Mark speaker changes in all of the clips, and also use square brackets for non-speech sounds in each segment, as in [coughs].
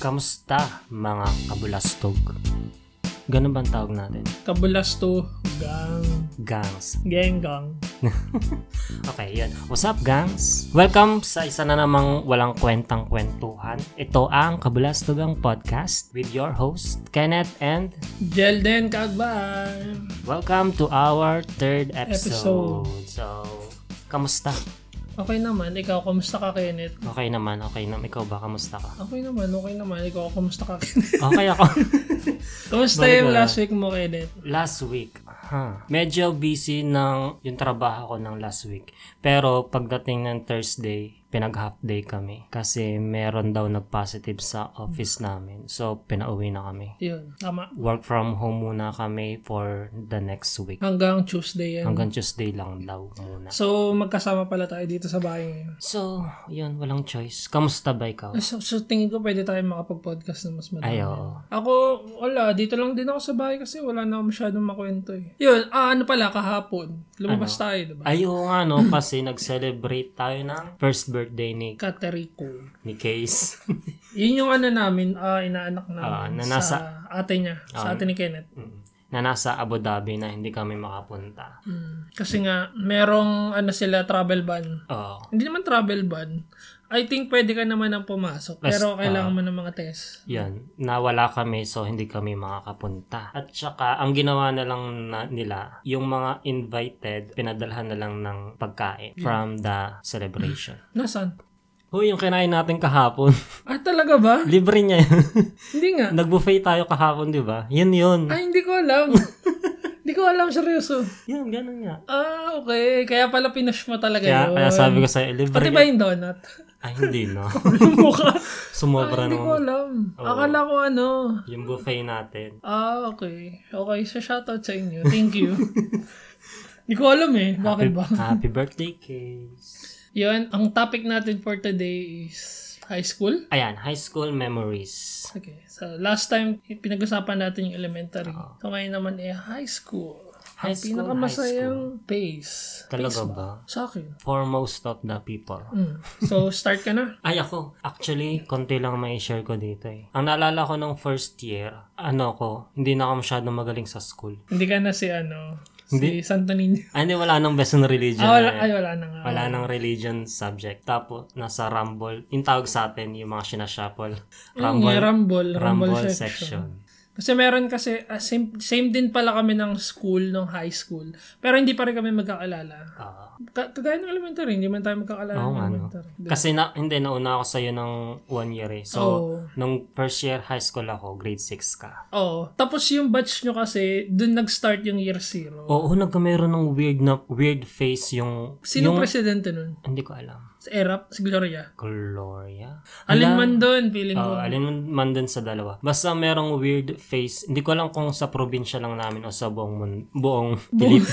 Speaker 1: Kamusta mga kabulastog? Ganun ba ang tawag natin?
Speaker 2: Kabulasto, gang,
Speaker 1: Gangs.
Speaker 2: genggang.
Speaker 1: Okay, yun. What's up, gangs? Welcome sa isa na namang walang kwentang kwentuhan. Ito ang Kabulastogang Podcast with your host, Kenneth, and
Speaker 2: Jelden Kagbay.
Speaker 1: welcome to our third episode.
Speaker 2: Episode.
Speaker 1: So, kamusta?
Speaker 2: Okay naman, ikaw, kumusta ka, Kenneth?
Speaker 1: Okay naman, okay naman. Ikaw ba, kamusta ka?
Speaker 2: Okay naman, okay naman. Ikaw,
Speaker 1: [laughs]
Speaker 2: kumusta ka, Kenneth?
Speaker 1: Okay ako.
Speaker 2: Kumusta
Speaker 1: Balik
Speaker 2: yung
Speaker 1: na.
Speaker 2: last week mo, Kenneth?
Speaker 1: last week, huh, medyo busy ng yung trabaho ko ng last week. Pero pagdating ng Thursday, pinag-half day kami. Kasi meron daw nag-positive sa office namin. So, pinauwi na kami.
Speaker 2: Yun, tama.
Speaker 1: Work from home muna kami for the next week.
Speaker 2: Hanggang Tuesday yan.
Speaker 1: Hanggang Tuesday lang daw muna.
Speaker 2: So, magkasama pala tayo dito sa bahay ngayon.
Speaker 1: So, yun, walang choice. Kamusta ba ikaw?
Speaker 2: So, so tingin ko pwede tayo makapag-podcast na mas madami.
Speaker 1: Ay, oo.
Speaker 2: Ako, wala. Dito lang din ako sa bahay kasi wala na ako masyadong makwento eh. Yun, ah, ano pala, kahapon. Lumabas tayo, diba?
Speaker 1: Ano? Ay, oo nga no, kasi nag-celebrate tayo ng first birthday ni,
Speaker 2: Kateriko.
Speaker 1: ni Case. [laughs]
Speaker 2: Yun yung ano namin, ah, inaanak namin
Speaker 1: Ah, na
Speaker 2: sa
Speaker 1: nasa-
Speaker 2: ate niya, sa ate ni Kenneth.
Speaker 1: Mm. na nasa Abu Dhabi na hindi kami makapunta.
Speaker 2: Mm. Kasi nga, merong ano sila, travel ban.
Speaker 1: Oo.
Speaker 2: Hindi naman travel ban. I think pwede ka naman ang pumasok.
Speaker 1: Ah.
Speaker 2: Pero kailangan mo ng mga test.
Speaker 1: Yan, nawala kami so hindi kami makakapunta. At saka, ang ginawa na lang na- nila, yung mga invited, pinadalhan na lang ng pagkain from the celebration.
Speaker 2: Nasaan?
Speaker 1: Mm. [clears throat] Hoy, yung kinain natin kahapon, [laughs]
Speaker 2: Ah, talaga ba?
Speaker 1: libre niya yun. [laughs]
Speaker 2: Hindi nga.
Speaker 1: Nag-buffet tayo kahapon, di ba? Yun yun.
Speaker 2: Ay, hindi ko
Speaker 1: [laughs]
Speaker 2: alam. hindi ko alam, seryoso.
Speaker 1: Yun, ganun nga.
Speaker 2: Ah, okay. Kaya pala pinush mo talaga
Speaker 1: Kaya,
Speaker 2: yun.
Speaker 1: kaya sabi ko sa'yo, libre
Speaker 2: Pati
Speaker 1: yun.
Speaker 2: ba yung donut? [laughs]
Speaker 1: Ay, hindi [laughs] no.
Speaker 2: Mukha.
Speaker 1: Sumobra
Speaker 2: Hindi ko
Speaker 1: naman.
Speaker 2: alam. Akala ko ano.
Speaker 1: Yung buffet natin.
Speaker 2: Ah, okay. Okay, so shoutout sa inyo. Thank
Speaker 1: [laughs]
Speaker 2: you. Hindi ko alam eh. Bakit ba?
Speaker 1: Happy birthday, Case.
Speaker 2: Yun, ang topic natin for today is high school.
Speaker 1: Ayan, high school memories.
Speaker 2: Okay, so last time pinag-usapan natin yung elementary. So ngayon naman eh high school.
Speaker 1: High Ah.
Speaker 2: ang
Speaker 1: school,
Speaker 2: pinakamasayang pace.
Speaker 1: Talaga
Speaker 2: Pace
Speaker 1: ba?
Speaker 2: Sa akin.
Speaker 1: For most of the people.
Speaker 2: Mm. So start ka na.
Speaker 1: Ay, ako. Actually, konti lang may share ko dito eh. Ang naalala ko nung first year, ano ko, hindi na ako masyadong magaling sa school.
Speaker 2: Hindi ka na si ano,
Speaker 1: Hindi.
Speaker 2: si Santo Niño.
Speaker 1: Ay, hindi, wala nang best in religion.
Speaker 2: Ah, wala,
Speaker 1: eh.
Speaker 2: ay, wala na nga.
Speaker 1: Wala nang religion subject. Tapos, nasa Rumble, yung tawag sa atin, yung mga sinashuffle.
Speaker 2: Mm,
Speaker 1: [laughs]
Speaker 2: Rumble,
Speaker 1: Rumble,
Speaker 2: rumble, rumble,
Speaker 1: Rumble
Speaker 2: section.
Speaker 1: section.
Speaker 2: Kasi meron kasi, ah, same, same din pala kami ng school, ng high school. Pero hindi pa rin kami magkakaalala.
Speaker 1: Ah.
Speaker 2: Ka- Kagaya ng elementary, hindi man tayo magkakaalala
Speaker 1: Oo
Speaker 2: ng
Speaker 1: nga, no.
Speaker 2: elementary.
Speaker 1: Kasi na, hindi, nauna ako sa'yo ng one year eh. So,
Speaker 2: Oo.
Speaker 1: nung first year high school ako, grade 6 ka.
Speaker 2: Oo. Tapos yung batch nyo kasi, dun nag-start yung year zero.
Speaker 1: Oo, nagkameron ng weird na weird face yung...
Speaker 2: Sino
Speaker 1: yung,
Speaker 2: presidente nun?
Speaker 1: Hindi ko alam.
Speaker 2: Si Erap? Si Gloria?
Speaker 1: Gloria? Ala-
Speaker 2: Alin
Speaker 1: Ah,
Speaker 2: man dun, feeling ko.
Speaker 1: Oo, alin man, man dun sa dalawa. Basta merong weird face. Hindi ko alam kung sa probinsya lang namin o sa buong mun-
Speaker 2: [laughs]
Speaker 1: buong, Pilip-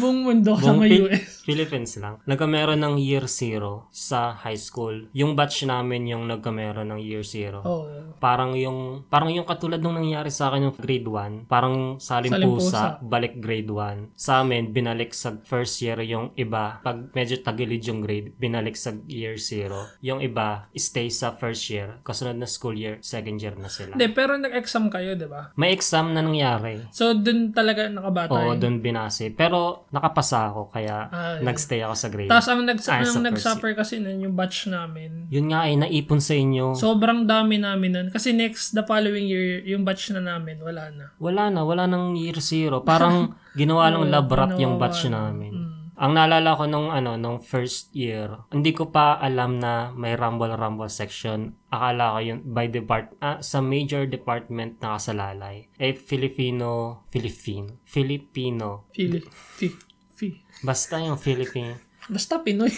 Speaker 2: Buong mundo
Speaker 1: buong
Speaker 2: kasama
Speaker 1: Pil-
Speaker 2: US.
Speaker 1: Philippines lang. Nagkameron ng year zero sa high school. Yung batch namin yung nagkameron ng year
Speaker 2: Oh,
Speaker 1: zero.
Speaker 2: [laughs] Oo.
Speaker 1: Parang yung parang yung katulad nung nangyari sa akin yung grade 1, parang salim pusa,
Speaker 2: Salimpusa.
Speaker 1: balik grade 1. Sa amin binalik sa first year yung iba. Pag medyo tagilid yung grade, binalik sa year 0. Yung iba stay sa first year, kasunod na school year, second year na sila.
Speaker 2: Hindi, pero nag-exam kayo, di ba?
Speaker 1: May exam na nangyari.
Speaker 2: So, dun talaga nakabatay.
Speaker 1: Oo, doon binase. Pero nakapasa ako kaya
Speaker 2: Ah, yun.
Speaker 1: nagstay ako sa grade.
Speaker 2: Tapos ang, nag
Speaker 1: Ah, sa
Speaker 2: ang
Speaker 1: first
Speaker 2: nag-suffer kasi nun yung batch namin.
Speaker 1: yun nga ay naipon sa inyo.
Speaker 2: Sobrang dami namin nun. Kasi next, the following year, yung batch na namin, wala na.
Speaker 1: Wala na, wala nang year zero. [laughs] Parang ginawa lang lab rat yung batch namin.
Speaker 2: Mm,
Speaker 1: Ang naalala ko nung ano, nung first year, hindi ko pa alam na may rumble-rumble section. Akala ko yun by depart ah, sa major department nakasalalay. Eh Filipino, Filipino, Filipino.
Speaker 2: Fili. Fi. Fi.
Speaker 1: Basta yung Filipino.
Speaker 2: Basta
Speaker 1: [laughs]
Speaker 2: Pinoy.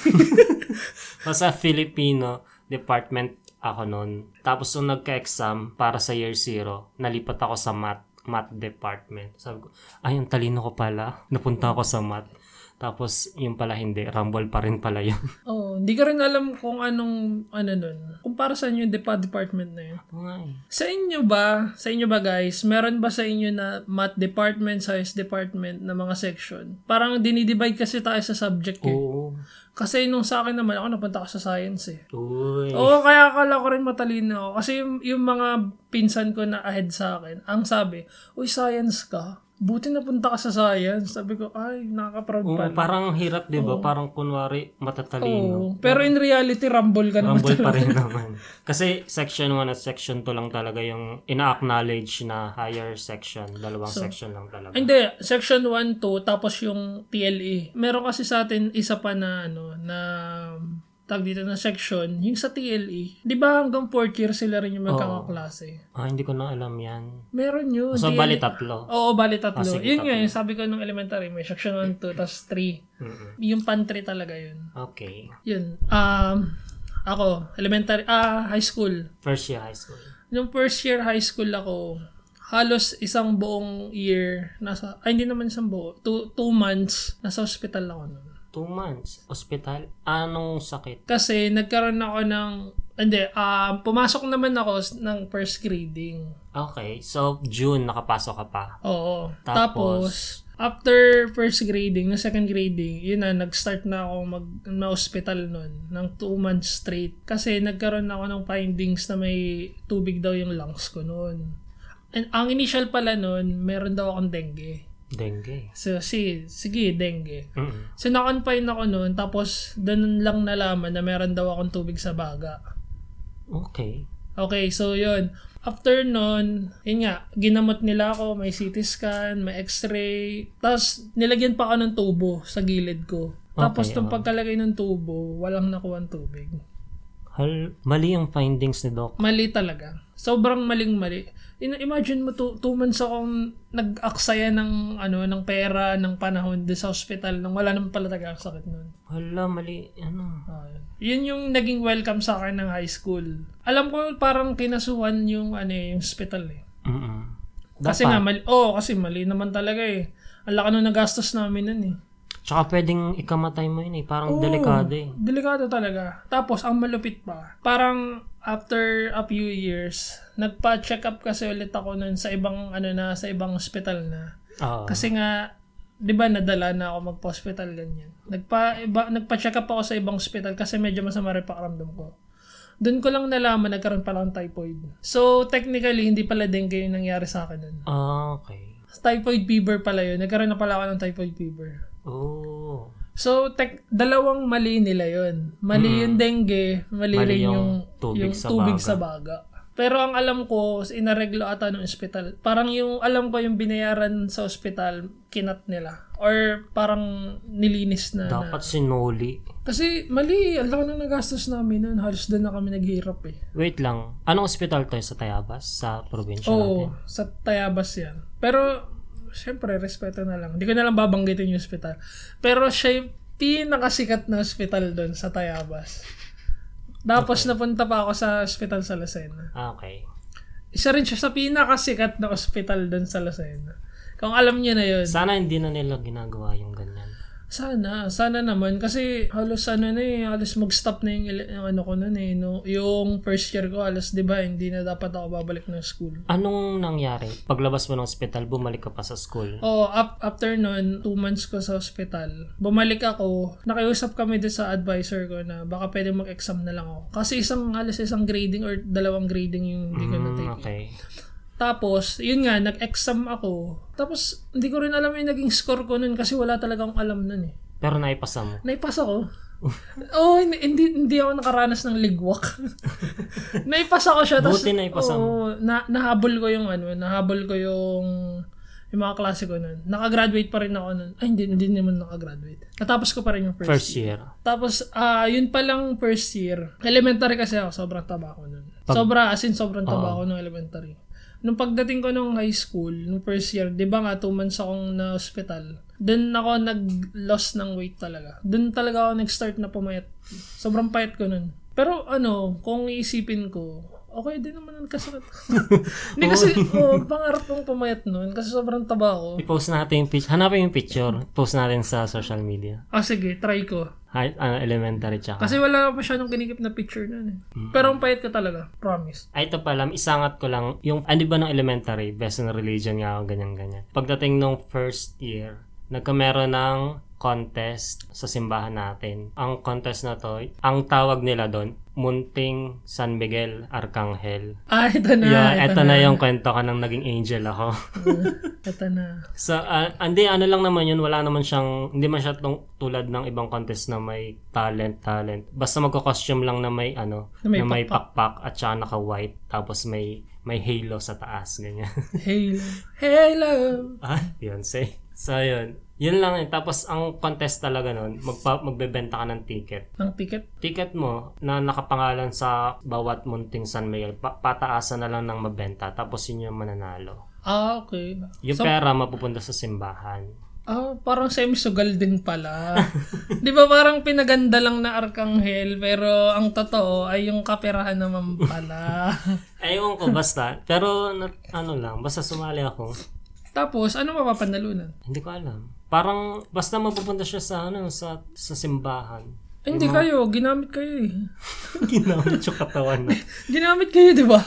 Speaker 1: Basta Filipino department ako noon. Tapos nung nagka-exam para sa year zero, nalipat ako sa math, math department. Sabi ko, ay, ang talino ko pala. Napunta ako sa math. Tapos, yung pala hindi. Rumble pa rin pala yun.
Speaker 2: Oo, hindi ko rin alam kung anong, ano nun. Kung para saan yung depa department na yun.
Speaker 1: Oo nga eh.
Speaker 2: Sa inyo ba, sa inyo ba guys, meron ba sa inyo na math department, science department na mga section? Parang dinidivide kasi tayo sa subject eh.
Speaker 1: Oo.
Speaker 2: Kasi nung sa akin naman, ako napunta ako sa science eh.
Speaker 1: Uy.
Speaker 2: Oo, kaya akala ko rin matalino ako. Kasi yung, yung mga pinsan ko na ahead sa akin, ang sabi, Uy, science ka. Buti napunta ka sa science. Sabi ko, ay, nakaka-proud
Speaker 1: Oo,
Speaker 2: pala.
Speaker 1: Mm, parang hirap, di ba? Parang kunwari, matatalino.
Speaker 2: Oo. Pero in reality, rumble ka naman.
Speaker 1: Rumble pa rin naman. Kasi section 1 at section 2 lang talaga yung ina-acknowledge na higher section. Dalawang section lang talaga.
Speaker 2: Ay, [laughs] Hindi, section 1, 2, tapos yung TLE. Meron kasi sa atin isa pa na, ano, na tag dito na section, yung sa TLE. Di ba hanggang 4th year sila rin yung magkakaklase?
Speaker 1: Ah, hindi ko na alam yan.
Speaker 2: Meron yun.
Speaker 1: So,
Speaker 2: TLE.
Speaker 1: bali tatlo.
Speaker 2: Oo, bali tatlo.
Speaker 1: Ah, sige,
Speaker 2: yun nga,
Speaker 1: tatlo.
Speaker 2: yung sabi ko nung elementary, may section 1, 2, tapos 3.
Speaker 1: Mm-mm.
Speaker 2: Yung pantry talaga yun.
Speaker 1: Okay.
Speaker 2: Yun. Um, ako, elementary, ah, high school.
Speaker 1: First year high school.
Speaker 2: Nung first year high school ako, halos isang buong year, nasa, ay hindi naman isang buo, two, two months, nasa hospital ako nun.
Speaker 1: Two months. Hospital. Anong sakit?
Speaker 2: Kasi nagkaroon ako ng, hindi, um, pumasok naman ako s- ng first grading.
Speaker 1: Okay. So, June, nakapasok ka pa.
Speaker 2: Oo. Tapos,
Speaker 1: Tapos-
Speaker 2: after first grading, na second grading, yun na, nag-start na ako mag, ma-hospital nun ng two months straight. Kasi nagkaroon ako ng findings na may tubig daw yung lungs ko noon. And ang initial pala nun, meron daw akong dengue.
Speaker 1: Dengue.
Speaker 2: So, si, sige, dengue.
Speaker 1: Mm-mm.
Speaker 2: So, na-confine ako noon, tapos doon lang nalaman na meron daw akong tubig sa baga.
Speaker 1: Okay.
Speaker 2: Okay, so yun. After nun, yun nga, ginamot nila ako, may CT scan, may x-ray. Tapos, nilagyan pa ako ng tubo sa gilid ko. Tapos,
Speaker 1: Okay,
Speaker 2: nung
Speaker 1: oh.
Speaker 2: pagkalagay ng tubo, walang nakuha ng tubig.
Speaker 1: Hal, mali ang findings ni Doc.
Speaker 2: Mali talaga. Sobrang maling-mali. In- imagine mo, two, two months akong nag-aksaya ng, ano, ng pera, ng panahon doon sa hospital nang wala naman pala talaga ang sakit nun.
Speaker 1: Hala, mali. Ano?
Speaker 2: Ayun. Yun yung naging welcome sa akin ng high school. Alam ko parang kinasuhan yung ano eh, yung hospital eh.
Speaker 1: Mm-mm.
Speaker 2: Kasi nga, mali, oh, kasi mali naman talaga eh. Ang laki nung nagastos namin nun eh.
Speaker 1: Tsaka pwedeng ikamatay mo yun eh. Parang delikado eh.
Speaker 2: Delikado talaga. Tapos, ang malupit pa. Parang after a few years, nagpa-check up kasi ulit ako nun sa ibang, ano na, sa ibang hospital na.
Speaker 1: Oo.
Speaker 2: Kasi nga, di ba nadala na ako magpa-hospital ganyan. Nagpa, iba, nagpa-check up ako sa ibang hospital kasi medyo masama rin pakiramdam ko. Doon ko lang nalaman nagkaroon pala ng typhoid. So, technically, hindi pala dengue yung nangyari sa akin nun.
Speaker 1: Ah, okay.
Speaker 2: Typhoid fever pala yun. Nagkaroon na pala ako ng typhoid fever.
Speaker 1: Oh.
Speaker 2: So, tek, dalawang mali nila yun. Mali yung dengue, mali,
Speaker 1: Mm. Mali
Speaker 2: rin
Speaker 1: yung
Speaker 2: yung
Speaker 1: tubig
Speaker 2: yung
Speaker 1: sa
Speaker 2: tubig
Speaker 1: baga.
Speaker 2: sa baga. Pero ang alam ko, inareglo ata ng ospital. Parang yung alam ko yung binayaran sa ospital, kinat nila. Or parang nilinis na. na.
Speaker 1: Dapat sinuli.
Speaker 2: Kasi mali, ang laki ng nagastos namin noon. Halos doon na kami naghirap eh.
Speaker 1: Wait lang. Anong hospital to eh? sa Tayabas? Sa probinsya natin?
Speaker 2: Oo, sa Tayabas yan. Pero, syempre, respeto na lang. Hindi ko na lang babanggitin yung hospital. Pero siya yung pinakasikat na hospital doon sa Tayabas. Tapos napunta pa ako sa hospital sa Lucena.
Speaker 1: Ah, okay.
Speaker 2: Isa rin siya sa pinakasikat na hospital doon sa Lucena. Kung alam niyo na yun.
Speaker 1: Sana hindi na nila ginagawa yung ganyan.
Speaker 2: Sana, sana naman. Kasi halos ano na eh, halos mag-stop na yung, ele- yung ano ko nun eh. No? Yung first year ko, halos di ba, hindi na dapat ako babalik ng school.
Speaker 1: Anong nangyari? Paglabas mo ng hospital, bumalik ka pa sa school.
Speaker 2: Oo, up, Oh, after nun, two months ko sa hospital. Bumalik ako, nakiusap kami doon sa advisor ko na baka pwede mag-exam na lang ako. Kasi isang, halos isang grading or dalawang grading yung hindi ko
Speaker 1: Mm,
Speaker 2: na-take.
Speaker 1: okay.
Speaker 2: Tapos, yun nga, nag-exam ako. Tapos, hindi ko rin alam yung naging score ko nun kasi wala talagang alam nun eh.
Speaker 1: Pero naipasa mo.
Speaker 2: Naipasa ko. Oo, hindi, hindi, hindi ako nakaranas ng ligwak. naipasa ko siya. tas-
Speaker 1: Buti naipasa mo.
Speaker 2: oo, na, nahabol ko yung ano, nahabol ko yung yung mga klase ko nun. Nakagraduate pa rin ako nun. Ay, hindi, hindi naman nakagraduate. Natapos ko pa rin yung first,
Speaker 1: First
Speaker 2: year.
Speaker 1: year.
Speaker 2: Tapos, ah yun palang first year. Elementary kasi ako, sobrang taba ko nun.
Speaker 1: Pag-
Speaker 2: Sobra, as in, sobrang taba ko nung elementary. Nung pagdating ko nung high school, nung first year, di ba nga, two months akong na hospital. Doon ako nag-loss ng weight talaga. Doon talaga ako nag-start na pumayat. Sobrang payat ko nun. Pero ano, kung iisipin ko, okay din naman ang kasarap. Hindi kasi, oh, pangarap kong pumayat nun kasi sobrang taba ko.
Speaker 1: I-post natin yung picture. Hanapin yung picture. Post natin sa social media.
Speaker 2: Ah, sige, try ko.
Speaker 1: High, ano, elementary tsaka.
Speaker 2: Kasi wala masyadong kinikip na picture nun eh.
Speaker 1: Mm.
Speaker 2: Pero ang payat ka talaga, promise.
Speaker 1: Ay, Ah, ito pala, isangat ko lang, yung, ano ba ng elementary, best in religion nga ako, ganyan-ganyan. Pagdating nung first year, nagkameron ng contest sa simbahan natin. Ang contest na to, ang tawag nila doon, Munting San Miguel Arcangel.
Speaker 2: Ah, ito na.
Speaker 1: yeah,
Speaker 2: ito,
Speaker 1: eto na. yung
Speaker 2: [laughs]
Speaker 1: kwento ko nang naging angel ako. [laughs]
Speaker 2: ito na.
Speaker 1: so, ah, hindi, ano lang naman yun, wala naman siyang, hindi man siya tung- tulad ng ibang contest na may talent, talent. Basta magko-costume lang na may, ano,
Speaker 2: Na may
Speaker 1: na may pakpak at saka naka-white, tapos may, may halo sa taas, ganyan.
Speaker 2: Hello. Hello.
Speaker 1: [laughs] Ah, Beyonce. So, yun. Yun lang yun. Tapos, ang contest talaga nun, magpa- magbebenta ka ng ticket.
Speaker 2: Ang ticket.
Speaker 1: Ticket mo na nakapangalan sa bawat munting San Miguel, pa- pataasan na lang ng mabenta. Tapos, yun yung mananalo.
Speaker 2: Ah, okay.
Speaker 1: Yung pera mapupunta sa simbahan.
Speaker 2: Ah, parang semi-sugal din pala. [laughs] Di ba parang pinaganda lang na Arkanghel, pero ang totoo ay yung kaperahan
Speaker 1: [laughs]
Speaker 2: naman pala.
Speaker 1: Ayun ko, basta. Pero, na- ano lang, basta sumali ako.
Speaker 2: Tapos, ano mapapanalunan?
Speaker 1: Hindi ko alam. Parang, basta mapupunta siya sa, ano, sa, sa [laughs] simbahan.
Speaker 2: Ay, hindi kayo, ginamit kayo eh.
Speaker 1: Ginamit yung katawan na.
Speaker 2: Ginamit kayo, di ba?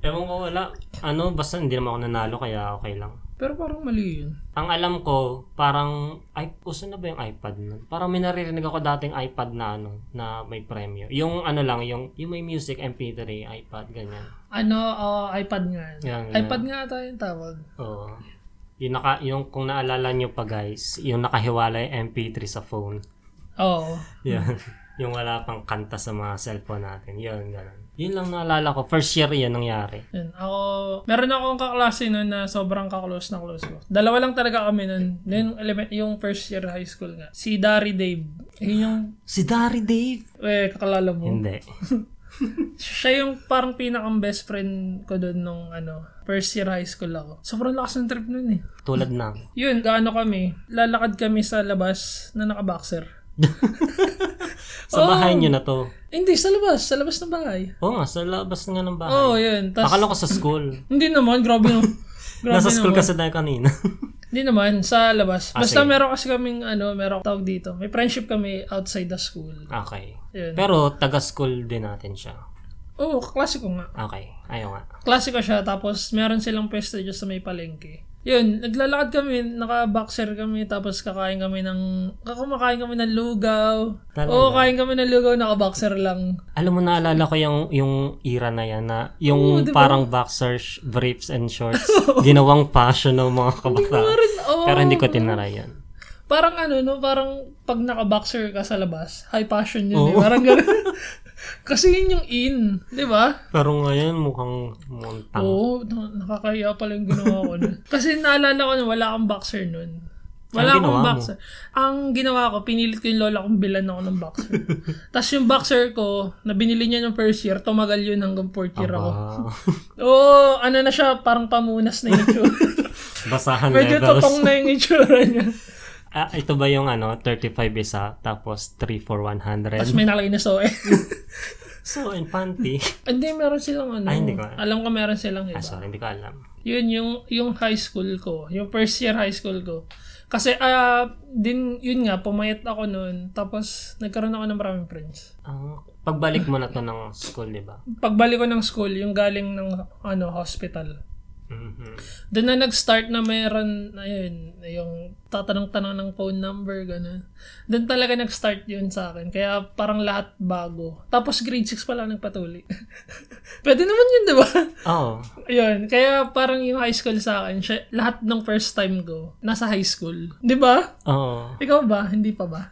Speaker 1: Ewan ko, wala. Ano, basta hindi naman ako nanalo, kaya okay lang.
Speaker 2: Pero parang mali yun.
Speaker 1: Ang alam ko, parang, ay, uso na ba yung iPad nun? Parang may naririnig ako dating iPad na ano, na may premyo. Yung ano lang, yung, yung may music, MP3, iPad, ganyan.
Speaker 2: Ano, ah, iPad nga.
Speaker 1: Yan, yan.
Speaker 2: iPad nga ata yung tawag.
Speaker 1: Oo. Yung, naka, yung kung naalala nyo pa guys, yung nakahiwala yung MP3 sa phone.
Speaker 2: Oo.
Speaker 1: Yan. [laughs] yung wala pang kanta sa mga cellphone natin. Yun, ganun. Yun lang naalala ko. First year yun nangyari.
Speaker 2: Yun. Ako, meron akong kaklase nun na sobrang kaklose na close ko. Dalawa lang talaga kami nun. Yung, element, yung first year high school nga. Si Dari Dave. Yun yung,
Speaker 1: Si Dari Dave!
Speaker 2: eh, kakalala mo.
Speaker 1: Hindi.
Speaker 2: Siya yung parang pinakang best friend ko dun nung ano, first year high school ako. Sobrang lakas ng trip nun eh.
Speaker 1: Tulad na.
Speaker 2: Yun, gaano kami. Lalakad kami sa labas na nakaboxer.
Speaker 1: Sa bahay nyo na to.
Speaker 2: Eh, Hindi, sa labas. Sa labas ng bahay.
Speaker 1: Oo nga, sa labas nga ng bahay.
Speaker 2: Oo, oh, yun. Tas,
Speaker 1: Akala ko sa school.
Speaker 2: hindi naman, grabe
Speaker 1: [laughs]
Speaker 2: yung... [laughs] grabe
Speaker 1: Nasa school
Speaker 2: naman.
Speaker 1: kasi tayo kanina. [laughs]
Speaker 2: Hindi naman, sa labas.
Speaker 1: Ah,
Speaker 2: Basta
Speaker 1: sige.
Speaker 2: meron kasi kaming, ano, meron tawag dito. May friendship kami outside the school.
Speaker 1: okay.
Speaker 2: Yun.
Speaker 1: Pero taga-school din natin siya.
Speaker 2: Oo, oh, klase ko nga.
Speaker 1: Okay. Ayaw nga.
Speaker 2: Klase ko siya, tapos meron silang pwesto dyan sa may palengke. Yun, naglalakad kami, naka-boxer kami, tapos kakain kami ng, kakumakain kami ng lugaw.
Speaker 1: Talaga?
Speaker 2: Oo, kain kami ng lugaw, naka-boxer lang.
Speaker 1: Alam mo, naalala ko yung, yung era na yan na yung parang boxers, briefs, and
Speaker 2: [laughs]
Speaker 1: shorts. ginawang fashion ng mga kabataan.
Speaker 2: Parang, oo,
Speaker 1: Pero hindi ko tinaray yan.
Speaker 2: parang ano, no, parang pag naka-boxer ka sa labas, high passion yun, eh. parang gano'n. [laughs] Kasi yun yung in, di ba?
Speaker 1: Pero ngayon, mukhang montang.
Speaker 2: Oo, na- nakakaya pala yung ginawa ko
Speaker 1: [laughs]
Speaker 2: nun. Kasi naalala ko na wala akong boxer nun. Wala
Speaker 1: Anong
Speaker 2: akong
Speaker 1: ginawa mo?
Speaker 2: boxer. Ang ginawa ko, pinilit ko yung lola kong bilan ako ng
Speaker 1: [laughs]
Speaker 2: boxer. Tapos yung boxer ko, na binili niya ng first year, tumagal yun hanggang fourth year ako.
Speaker 1: Wow.
Speaker 2: Oo, ano na siya, parang pamunas na yung
Speaker 1: [laughs]
Speaker 2: itsura.
Speaker 1: [laughs]
Speaker 2: [laughs]
Speaker 1: Basahan
Speaker 2: Medyo
Speaker 1: levels.
Speaker 2: totong na yung itsura niya.
Speaker 1: Ah, ito ba yung ano, 35 isa, tapos 3 for 100?
Speaker 2: Tapos may nakalagay
Speaker 1: [laughs]
Speaker 2: na soe.
Speaker 1: So, infante.
Speaker 2: hindi, meron silang ano.
Speaker 1: Ay, hindi ko alam.
Speaker 2: alam ko meron silang
Speaker 1: ah,
Speaker 2: iba.
Speaker 1: sorry, hindi ko alam.
Speaker 2: Yun yung yung high school ko, yung first year high school ko. Kasi ah din yun nga pumayat ako noon tapos nagkaroon ako ng maraming friends.
Speaker 1: Ah, pagbalik mo na to ng school, di ba?
Speaker 2: Pagbalik ko ng school, yung galing ng ano hospital.
Speaker 1: Mhm.
Speaker 2: Doon na nag-start na meron ayun, yung tatanong-tanong ng phone number ganun. Doon talaga nag-start yun sa akin. Kaya parang lahat bago. Tapos grade 6 pa lang nagpatuli. [laughs] Pwede naman yun, 'di ba?
Speaker 1: Oo.
Speaker 2: Yun, kaya parang yung high school sa akin, siya, lahat ng first time ko, nasa high school. Di ba?
Speaker 1: Oo.
Speaker 2: Ikaw ba? Hindi pa ba?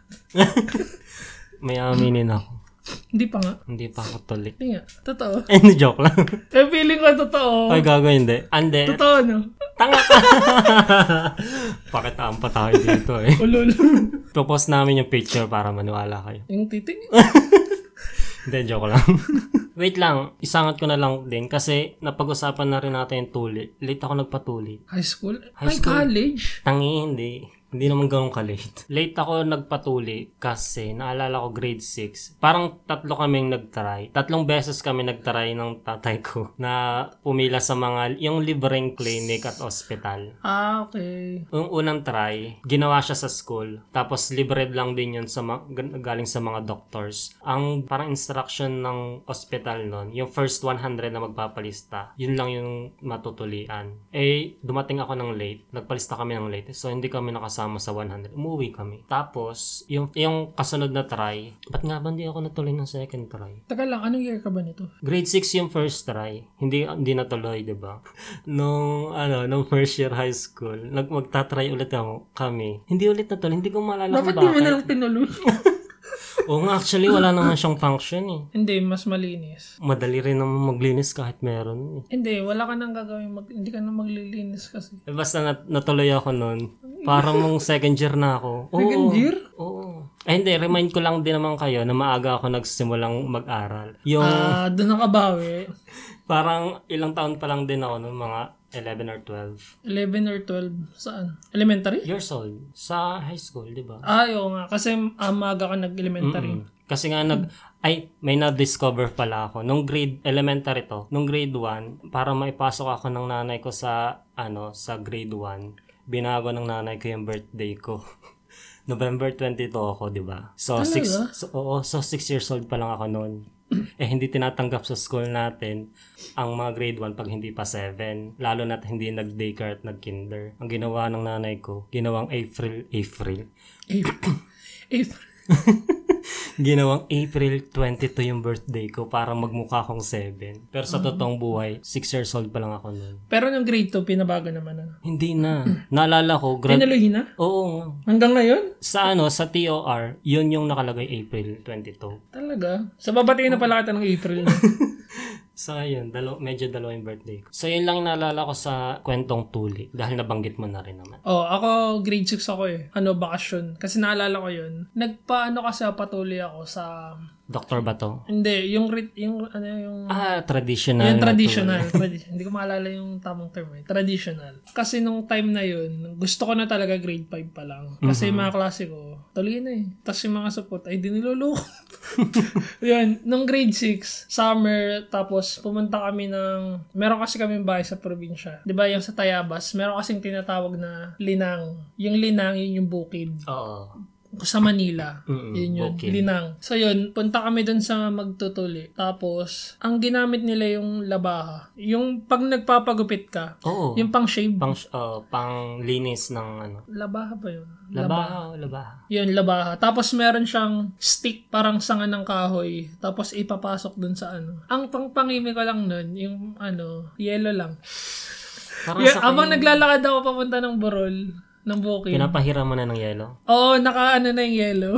Speaker 1: May aminin ako.
Speaker 2: Hindi pa nga.
Speaker 1: Hindi pa ako [laughs] tuloy.
Speaker 2: Hindi nga. Totoo.
Speaker 1: Eh, hindi, joke lang.
Speaker 2: Eh, feeling ko totoo.
Speaker 1: Ay, gago, hindi. Ande,
Speaker 2: Totoo, no?
Speaker 1: tanga ka. [laughs] Pakitaan pa tayo dito eh.
Speaker 2: Ulol. [laughs]
Speaker 1: Propose namin yung picture para maniwala kayo.
Speaker 2: yung titing.
Speaker 1: Hindi, joke lang. [laughs] Wait lang, isangat ko na lang din kasi napag-usapan na rin natin yung tuli. Late ako nagpatuli.
Speaker 2: High school?
Speaker 1: High
Speaker 2: Ay,
Speaker 1: school.
Speaker 2: college?
Speaker 1: Tangi, hindi. Hindi naman ganun ka-late. [laughs] Late ako nagpatuli kasi naalala ko grade 6. Parang tatlo kaming nagtry. Tatlong beses kami nagtry ng tatay ko na pumila sa mga yung libreng clinic at ospital.
Speaker 2: Ah, okay.
Speaker 1: Yung unang try, ginawa siya sa school. Tapos libre lang din yun sa ma- gan- galing sa mga doctors. Ang parang instruction ng hospital nun, yung first 100 na magpapalista, yun lang yung matutulian. Eh, dumating ako ng late. Nagpalista kami ng late. So, hindi kami nakasama sa 100. Umuwi kami. Tapos, yung, yung kasunod na try, ba't nga ba hindi ako natuloy ng second try?
Speaker 2: Taka lang, anong year ka ba nito?
Speaker 1: Grade 6 yung first try. Hindi hindi natuloy, 'di ba? [laughs] Nung ano, nung first year high school, nag magta-try ulit ako kami. Hindi ulit natuloy, hindi ko maalala
Speaker 2: Dapat
Speaker 1: kung
Speaker 2: di mo
Speaker 1: bakit.
Speaker 2: nalang tinuloy.
Speaker 1: Oo nga, actually wala naman siyang function eh.
Speaker 2: [laughs] Hindi, mas malinis.
Speaker 1: Madali rin naman maglinis kahit meron eh.
Speaker 2: Hindi, wala ka nang gagawin. Mag, hindi ka nang maglilinis kasi.
Speaker 1: Eh, Basta nat- natuloy ako nun. Parang
Speaker 2: [laughs]
Speaker 1: nung second year na ako. Oo.
Speaker 2: Second year?
Speaker 1: Oo. Eh hindi, remind ko lang din naman kayo na maaga ako nagsimulang mag-aral. Yung
Speaker 2: Ah, doon ang kabawi.
Speaker 1: parang ilang taon pa lang din ako nun, mga 11 or 12.
Speaker 2: 11 or 12. Saan? Elementary?
Speaker 1: years old sa high school, 'di ba?
Speaker 2: Ah, oo nga. Kasi amaga ka nag-elementary.
Speaker 1: Kasi nga nag ay may na-discover pala ako nung grade elementary to, nung grade 1 para maipasok ako ng nanay ko sa ano, sa grade 1, binago ng nanay ko yung birthday ko. [laughs] November 22 ako, 'di ba? So six so, oo, so 6 years old pa lang ako noon. eh hindi tinatanggap sa school natin ang mga grade 1 pag hindi pa 7. Lalo na't hindi nag-daycare at nag-kinder. Ang ginawa ng nanay ko, ginawang April, April.
Speaker 2: [coughs] April. April.
Speaker 1: [laughs] Ginawang April 22 yung birthday ko para magmukha kong 7. Pero sa totoong buhay, 6 years old pa lang ako noon.
Speaker 2: Pero nung grade 2, pinabago naman. Ano?
Speaker 1: Hindi [clears throat] na. Naalala ko, grad...
Speaker 2: Tinuloy na?
Speaker 1: Oo nga.
Speaker 2: Hanggang ngayon?
Speaker 1: Sa ano, sa TOR, yun yung nakalagay April 22.
Speaker 2: Talaga? Sa babatiin na pala kita ng April. no?
Speaker 1: So, ayun, dalo, medyo dalawa yung birthday ko. So, yun lang yung naalala ko sa kwentong tuli. Dahil nabanggit mo na rin naman.
Speaker 2: oh, ako grade 6 ako eh. Ano, bakasyon. Kasi naalala ko yun. Nagpaano kasi patuloy ako sa...
Speaker 1: Doktor ba to?
Speaker 2: Hindi, yung... rit- yung ano, yung...
Speaker 1: Ah, traditional.
Speaker 2: Yung
Speaker 1: na
Speaker 2: traditional. tradi- hindi ko maalala yung tamang term eh. Traditional. Kasi nung time na yun, gusto ko na talaga grade 5 pa lang. Kasi
Speaker 1: Mm-hmm.
Speaker 2: yung mga klase ko, tuloy na eh. Tapos yung mga support, ay diniloloko. [laughs] yun, nung grade 6, summer, tapos pumunta kami ng, meron kasi kami bahay sa probinsya. Di ba yung sa Tayabas, meron kasing tinatawag na linang. Yung linang, yun yung bukid
Speaker 1: tuli. Oo.
Speaker 2: sa Manila.
Speaker 1: Mm-mm,
Speaker 2: yun yun.
Speaker 1: okay.
Speaker 2: Linang. So yun, punta kami dun sa magtutuli. Tapos, ang ginamit nila yung labaha. Yung pag nagpapagupit ka,
Speaker 1: Oo.
Speaker 2: yung pang shave.
Speaker 1: Pang, oh, pang linis ng ano.
Speaker 2: labaha ba yun?
Speaker 1: Labaha. Labaha.
Speaker 2: Yun, labaha. Tapos meron siyang stick, parang sanga ng kahoy. Tapos ipapasok dun sa ano. Ang pangpangimi ko lang nun, yung ano, yellow lang.
Speaker 1: Parang
Speaker 2: Yun,
Speaker 1: Ah, sa
Speaker 2: abang naglalakad ako papunta ng Borol, ng Bukid.
Speaker 1: Pinapahiram mo na ng yelo?
Speaker 2: Oo, naka ano na yung
Speaker 1: [laughs]
Speaker 2: yellow.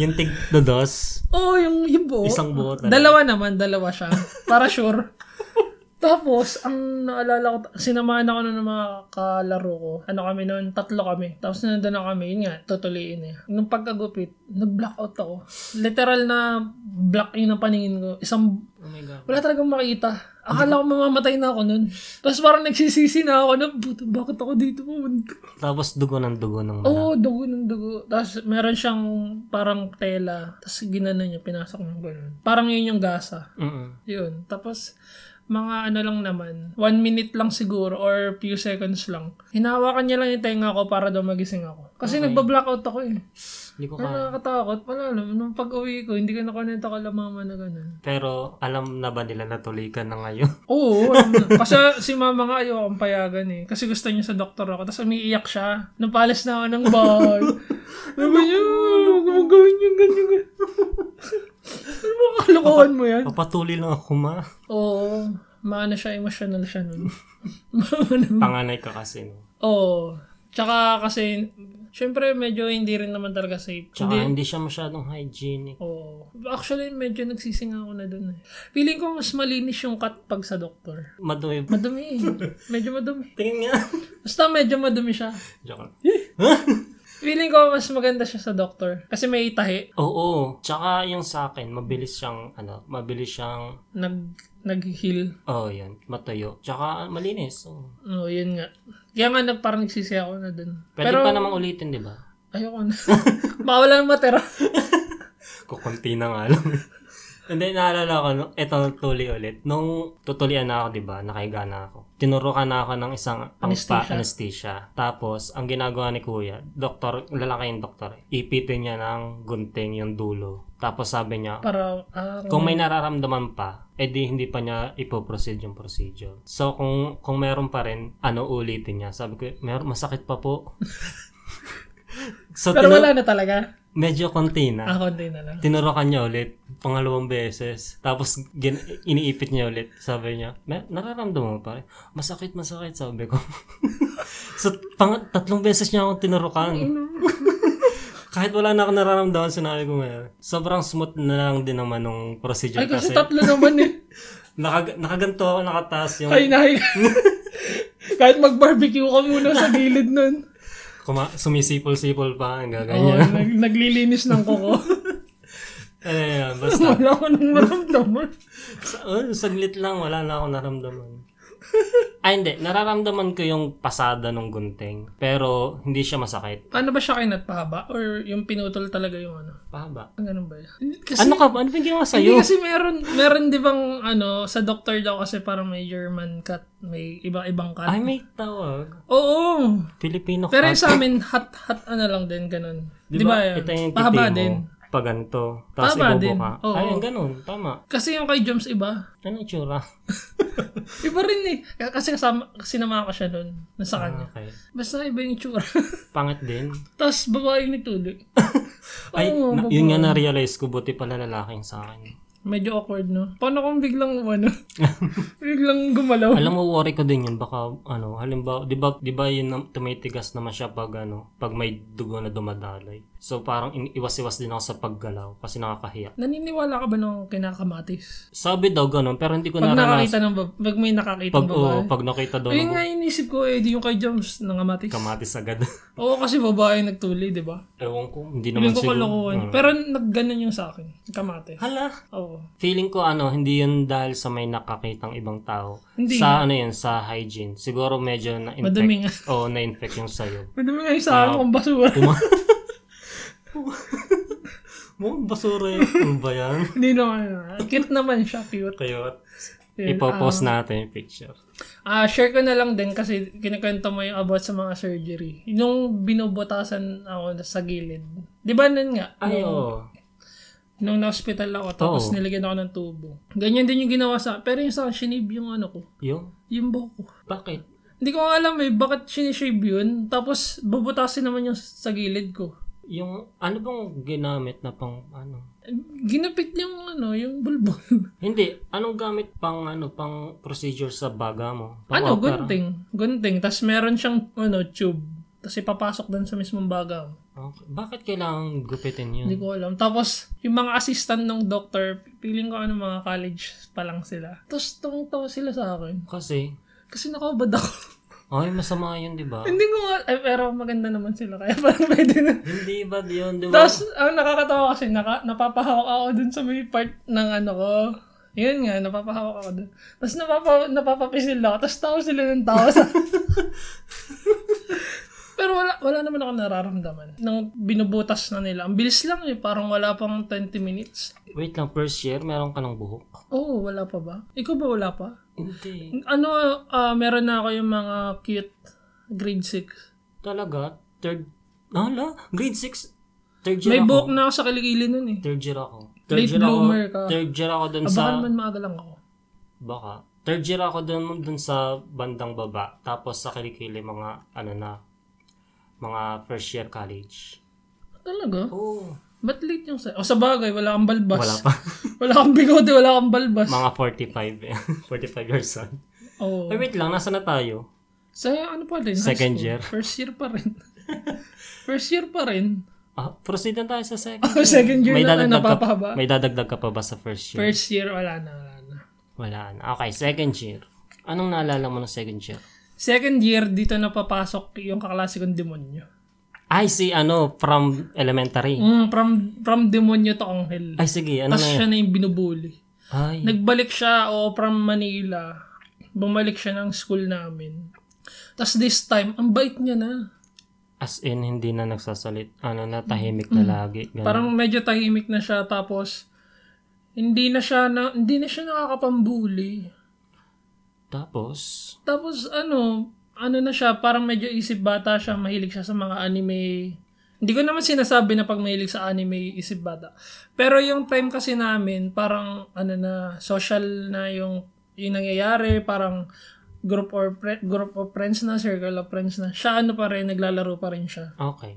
Speaker 1: Yung tig dos?
Speaker 2: Oo, yung, yung buo.
Speaker 1: Isang buo talaga.
Speaker 2: Dalawa naman, dalawa siya. Para sure. [laughs] Tapos, ang naalala ko, sinamahan ako nun ng mga kalaro ko. Ano kami noon? Tatlo kami. Tapos nandun na kami, yun nga, tutuliin eh. Nung pagkagupit, nag-blackout ako. Literal na black yun ang paningin ko. Isang,
Speaker 1: Oh my God.
Speaker 2: wala talagang makita. Akala ko mamamatay na ako nun. Tapos parang nagsisisi na ako na, "Puta, bakit ako dito pumunta?
Speaker 1: Tapos dugo ng dugo ng mga.
Speaker 2: Oo, dugo ng dugo. Tapos meron siyang parang tela. Tapos ginano niya, pinasok ng ganun. Parang yun yung gasa.
Speaker 1: Mm-mm.
Speaker 2: Yun. Tapos mga ano lang naman, one minute lang siguro or few seconds lang. Hinawakan niya lang yung tenga ko para daw magising ako. Kasi nagba-blackout ako eh.
Speaker 1: Hindi ko
Speaker 2: Pero
Speaker 1: kaya.
Speaker 2: nakakatakot. Wala alam, nung pag-uwi ko, hindi ko nakonento kala mama na ganun.
Speaker 1: Pero alam na ba nila natuloy ka na ngayon? [laughs]
Speaker 2: [laughs] Oo, alam na. Kasi si mama nga ayaw akong payagan eh. Kasi gusto niya sa doktor ako. Tapos umiiyak siya. Napalas na ako ng [laughs] bahay. Sabi niya, "Ano mo gawin yung ganyan, ganyan. Ano mo kalokohan mo [laughs] yan?
Speaker 1: Papatuloy lang ako ma.
Speaker 2: Oo. Maano siya, emotional siya nun. [laughs] Maano.
Speaker 1: Panganay ka kasi no.
Speaker 2: Oo. Tsaka kasi, syempre medyo hindi rin naman talaga safe.
Speaker 1: Tsaka
Speaker 2: Hindi-
Speaker 1: hindi siya masyadong hygienic.
Speaker 2: Oo. Actually, medyo nagsisinga ako na dun eh. Feeling ko mas malinis yung cut pag sa doktor.
Speaker 1: Madumi. [laughs]
Speaker 2: Madumi eh. Medyo madumi.
Speaker 1: Tingin nga. [laughs]
Speaker 2: Basta medyo madumi siya.
Speaker 1: Joke lang.
Speaker 2: Feeling ko mas maganda siya sa doctor. Kasi may tahi.
Speaker 1: [laughs] Oo. Tsaka yung sa akin, mabilis siyang, ano, mabilis siyang,
Speaker 2: Nag, nag-heal.
Speaker 1: oh, yan, matuyo. Tsaka ah, malinis. oo.
Speaker 2: Oo, yun nga. Kaya nga nag, parang nagsisi ako na dun.
Speaker 1: Pwede
Speaker 2: Pero,
Speaker 1: pa namang ulitin, di ba?
Speaker 2: ayoko
Speaker 1: [laughs]
Speaker 2: na. Baka wala nang matira.
Speaker 1: Kukunti na nga lang. [laughs] And then, naalala ko, no- eto tuloy ulit. Nung tutulian na ako, di ba, nakahiga na ako. Tinurukan na ako ng isang pangpa
Speaker 2: Anesthesia.
Speaker 1: anesthesia. Tapos, ang ginagawa ni kuya, doktor, lalaki yung doktor, eh. ipitin niya ng gunting yung dulo. Tapos sabi niya,
Speaker 2: Para, ah,
Speaker 1: kung may nararamdaman pa, edi hindi pa niya ipoproceed yung procedure. So, kung kung meron pa rin, ano ulitin niya? Sabi ko, mer masakit pa po. [laughs] so,
Speaker 2: pero
Speaker 1: tinu-
Speaker 2: wala na talaga.
Speaker 1: medyo konti na.
Speaker 2: Ah, konti na lang.
Speaker 1: Tinurukan niya ulit, pangalawang beses. Tapos, gin- iniipit niya ulit. Sabi niya, "Mer- nararamdaman mo pa rin. Masakit, masakit, sabi ko. [laughs] so, pang- tatlong beses niya akong tinurukan. [laughs] Kahit wala na ako nararamdaman, sinabi ko ngayon. Sobrang smooth na lang din naman nung procedure.
Speaker 2: Ay, kasi tatlo naman eh.
Speaker 1: Nakag- nakaganto ako, nakataas yung...
Speaker 2: Ay, nahi. Kahit mag-barbecue ka muna sa gilid nun.
Speaker 1: Kuma- sumisipol-sipol pa, hanggang
Speaker 2: Oo,
Speaker 1: ganyan.
Speaker 2: nag, naglilinis ng
Speaker 1: [laughs]
Speaker 2: kuko.
Speaker 1: Ano yan, basta.
Speaker 2: wala ko nang maramdaman.
Speaker 1: Sa- oh, saglit lang, wala na akong
Speaker 2: [laughs]
Speaker 1: naramdaman. Ay, hindi. Nararamdaman ko yung pasada ng gunting. Pero, hindi siya masakit.
Speaker 2: Ano ba siya kinat pahaba? Or yung pinutol talaga yung ano?
Speaker 1: Pahaba.
Speaker 2: Ang ganun ba yun? Kasi,
Speaker 1: Ano ka ba? Ano ba yung ginawa
Speaker 2: Hindi
Speaker 1: sa'yo?
Speaker 2: kasi meron, meron di bang ano, sa doctor daw kasi parang may German cut, may iba-ibang cut.
Speaker 1: Ay, may tawag.
Speaker 2: Oo!
Speaker 1: Filipino cut.
Speaker 2: Pero yung sa amin, hot, hot ano lang din, ganun. Di ba yun?
Speaker 1: Ito yung titi
Speaker 2: Pahaba
Speaker 1: mo.
Speaker 2: din.
Speaker 1: Pag ganito. Tapos
Speaker 2: Pahaba
Speaker 1: ibubo
Speaker 2: din.
Speaker 1: ka.
Speaker 2: Oo.
Speaker 1: Ay, ganun. Tama.
Speaker 2: Kasi yung kay Joms iba.
Speaker 1: Ano yung
Speaker 2: [laughs]
Speaker 1: tsura?
Speaker 2: Iba rin eh. K- Kasi kasama, sinama ko siya nun. Nasa kanya.
Speaker 1: Okay.
Speaker 2: Basta iba yung [laughs] tsura.
Speaker 1: Pangit din.
Speaker 2: Tapos babae ni Tuloy.
Speaker 1: Ay,
Speaker 2: Oo,
Speaker 1: na-
Speaker 2: babae.
Speaker 1: yun nga na-realize ko. Buti pala lalaking sa akin.
Speaker 2: Medyo awkward, no? Paano kung
Speaker 1: [laughs]
Speaker 2: biglang, ano, biglang gumalaw?
Speaker 1: Alam mo, worry ko din yun. Baka, ano, halimbawa, di ba, di ba yun, ang tumitigas naman siya pag, ano, pag may dugo na dumadaloy. So, parang in- iwas-iwas din ako sa paggalaw kasi nakakahiya.
Speaker 2: Naniniwala ka ba nung kinakamatis?
Speaker 1: Sabi daw ganun, pero hindi ko
Speaker 2: Pag
Speaker 1: naranasan.
Speaker 2: nakakita ng bab- pag may nakakita
Speaker 1: Pag,
Speaker 2: ng
Speaker 1: oo,
Speaker 2: babae.
Speaker 1: pag nakita daw
Speaker 2: Ayun
Speaker 1: ng
Speaker 2: nga inisip ko eh, di yung kay Joms, nangamatis.
Speaker 1: kamatis agad. [laughs]
Speaker 2: Oo, kasi babae nagtuloy, di ba?
Speaker 1: Ewan ko, hindi
Speaker 2: Yung
Speaker 1: naman
Speaker 2: ko
Speaker 1: siguro.
Speaker 2: kalokohan. Pero nagganan yung sa akin, kamatis.
Speaker 1: Hala,
Speaker 2: Oo.
Speaker 1: feeling ko ano, hindi yun dahil sa may nakakitang ibang tao.
Speaker 2: Hindi.
Speaker 1: Sa ano yun, sa hygiene. Siguro medyo na-infect.
Speaker 2: Madumi nga.
Speaker 1: [laughs] Oo, na-infect yung sayo.
Speaker 2: Madami nga yung
Speaker 1: Ah,
Speaker 2: sa akin kung basura.
Speaker 1: Kuma- Mukhang basura yun. Ano ba yan?
Speaker 2: [laughs] [laughs] Hindi naman. ah, Cute naman siya, cute.
Speaker 1: Kayo.
Speaker 2: Yun,
Speaker 1: Ipopost natin yung picture.
Speaker 2: Ah, share ko na lang din kasi kinakwento mo yung about sa mga surgery. Yung binubutasan ako sa gilid. Di ba nun nga?
Speaker 1: Ay,
Speaker 2: nung-
Speaker 1: oo.
Speaker 2: Nung na-hospital ako, tapos
Speaker 1: Oo.
Speaker 2: nilagyan ako ng tubo. Ganyan din yung ginawa sa Pero yung sa akin, shinave yung ano ko.
Speaker 1: Yung?
Speaker 2: Yung buhok ko.
Speaker 1: Bakit?
Speaker 2: Hindi ko alam eh, bakit sinishave yun? Tapos, bubutasin naman yung sa gilid ko.
Speaker 1: Yung, ano bang ginamit na pang, ano?
Speaker 2: Ginapit yung ano, yung bulbul. [laughs]
Speaker 1: Hindi, anong gamit pang, ano, pang procedure sa baga mo? Pang
Speaker 2: ano,
Speaker 1: opera?
Speaker 2: gunting. Gunting. Tapos meron siyang, ano, tube. Tapos ipapasok doon sa mismong baga. mo.
Speaker 1: Okay. Bakit kailangan gupitin yun?
Speaker 2: Hindi ko alam. Tapos, yung mga assistant ng doctor, feeling ko ano, mga college pa lang sila. Tapos, tungtawa sila sa akin.
Speaker 1: Kasi,
Speaker 2: Kasi nakabad ako. [laughs]
Speaker 1: ay, masama yun, di ba?
Speaker 2: Hindi ko, nga- ay, pero maganda naman sila. Kaya [laughs] parang pwede na.
Speaker 1: Hindi ba yun, di ba?
Speaker 2: Tapos, ang nakakatawa kasi, naka, napapahawak ako dun sa may part ng ano ko. Yun nga, napapahawak ako dun. Tapos napapa, napapapisil ako. Tapos tao sila ng tao sa... [laughs] Pero wala, wala naman ako nararamdaman. Nang binubutas na nila. Ang bilis lang eh. Parang wala pang 20 minutes.
Speaker 1: Wait lang, first year, meron ka ng buhok?
Speaker 2: Oo, oh, wala pa ba? Ikaw ba wala pa?
Speaker 1: Hindi.
Speaker 2: Ano, ah, meron na ako yung mga cute grade 6.
Speaker 1: Talaga? Third, hala? Grade 6? Third year
Speaker 2: May
Speaker 1: ako.
Speaker 2: buhok na ako sa kilikili nun eh.
Speaker 1: Third year ako. Third
Speaker 2: Late
Speaker 1: year ako,
Speaker 2: bloomer ka.
Speaker 1: Third year ako dun sa...
Speaker 2: Baka naman maaga lang ako.
Speaker 1: Baka. Third year ako dun, dun sa bandang baba. Tapos sa kilikili mga, ano na, mga first year college.
Speaker 2: Talaga?
Speaker 1: Oo.
Speaker 2: Ba't late yung sa... O sa bagay, wala kang balbas.
Speaker 1: Wala pa.
Speaker 2: [laughs]
Speaker 1: [laughs]
Speaker 2: Wala kang bigote, wala kang balbas.
Speaker 1: mga 45. eh. [laughs] 45 years old.
Speaker 2: Oo.
Speaker 1: Ay, wait lang. Nasa na tayo?
Speaker 2: Oh. Sa ano pa rin? high
Speaker 1: Second
Speaker 2: school.
Speaker 1: year.
Speaker 2: First year pa
Speaker 1: [laughs]
Speaker 2: rin. First year pa rin. [laughs]
Speaker 1: Ah, proceed na tayo sa second.
Speaker 2: Oh, second year
Speaker 1: May
Speaker 2: na lang
Speaker 1: dadagdag, ka,
Speaker 2: napapahaba.
Speaker 1: may dadagdag ka pa ba sa first year?
Speaker 2: First year, wala na, wala na.
Speaker 1: Wala na. Okay, second year. Anong naalala mo ng second year?
Speaker 2: Second year, dito na papasok yung kaklase kong demonyo.
Speaker 1: I see, ano, from elementary.
Speaker 2: Mm, from, from demonyo to anghel.
Speaker 1: Ay, sige, ano na yun?
Speaker 2: Tapos siya na yung binubuli.
Speaker 1: Ay,
Speaker 2: Nagbalik siya, o from Manila. Bumalik siya ng school namin. Tapos this time, ang bait niya na.
Speaker 1: as in, hindi na nagsasalit. Ano, natahimik na lagi. Ganun.
Speaker 2: Mm. Parang medyo tahimik na siya tapos hindi na siya na hindi na siya nakakapambuli.
Speaker 1: Tapos,
Speaker 2: Tapos ano, ano na siya, parang medyo isip bata siya, mahilig siya sa mga anime. Hindi ko naman sinasabi na pag mahilig sa anime, isip bata. Pero yung time kasi namin, parang ano na, social na yung, yung nangyayari, parang group or pre- group of friends na, circle of friends na. Siya ano pa rin, naglalaro pa rin siya
Speaker 1: okay.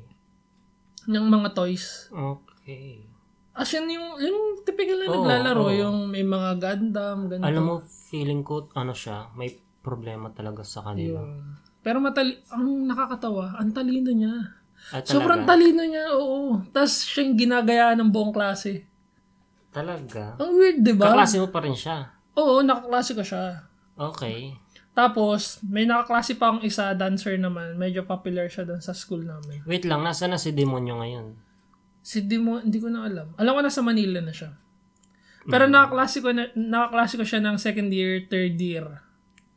Speaker 2: ng mga toys.
Speaker 1: Okay.
Speaker 2: As in, yung, yung typical na
Speaker 1: Oo,
Speaker 2: naglalaro,
Speaker 1: oo.
Speaker 2: yung may mga Gundam, ganito.
Speaker 1: Alam mo, feeling ko, ano siya, may problema talaga sa kanila.
Speaker 2: Yun. Pero matali, ang nakakatawa, ang talino niya.
Speaker 1: At Ah,
Speaker 2: Sobrang
Speaker 1: talaga,
Speaker 2: talino niya, oo. Tapos siyang ginagaya ng buong klase.
Speaker 1: talaga.
Speaker 2: Ang weird, di ba?
Speaker 1: Kaklase mo pa rin siya.
Speaker 2: Oo, nakaklase ko siya.
Speaker 1: Okay.
Speaker 2: Tapos, may nakaklase pa akong isa, dancer naman. Medyo popular siya doon sa school namin.
Speaker 1: Wait lang, nasa na si Demonyo ngayon?
Speaker 2: Si Dimo, hindi ko na alam. Alam ko na sa Manila na siya. Pero
Speaker 1: Mm.
Speaker 2: nakaklase ko, na, nakaklase ko siya ng second year, third year.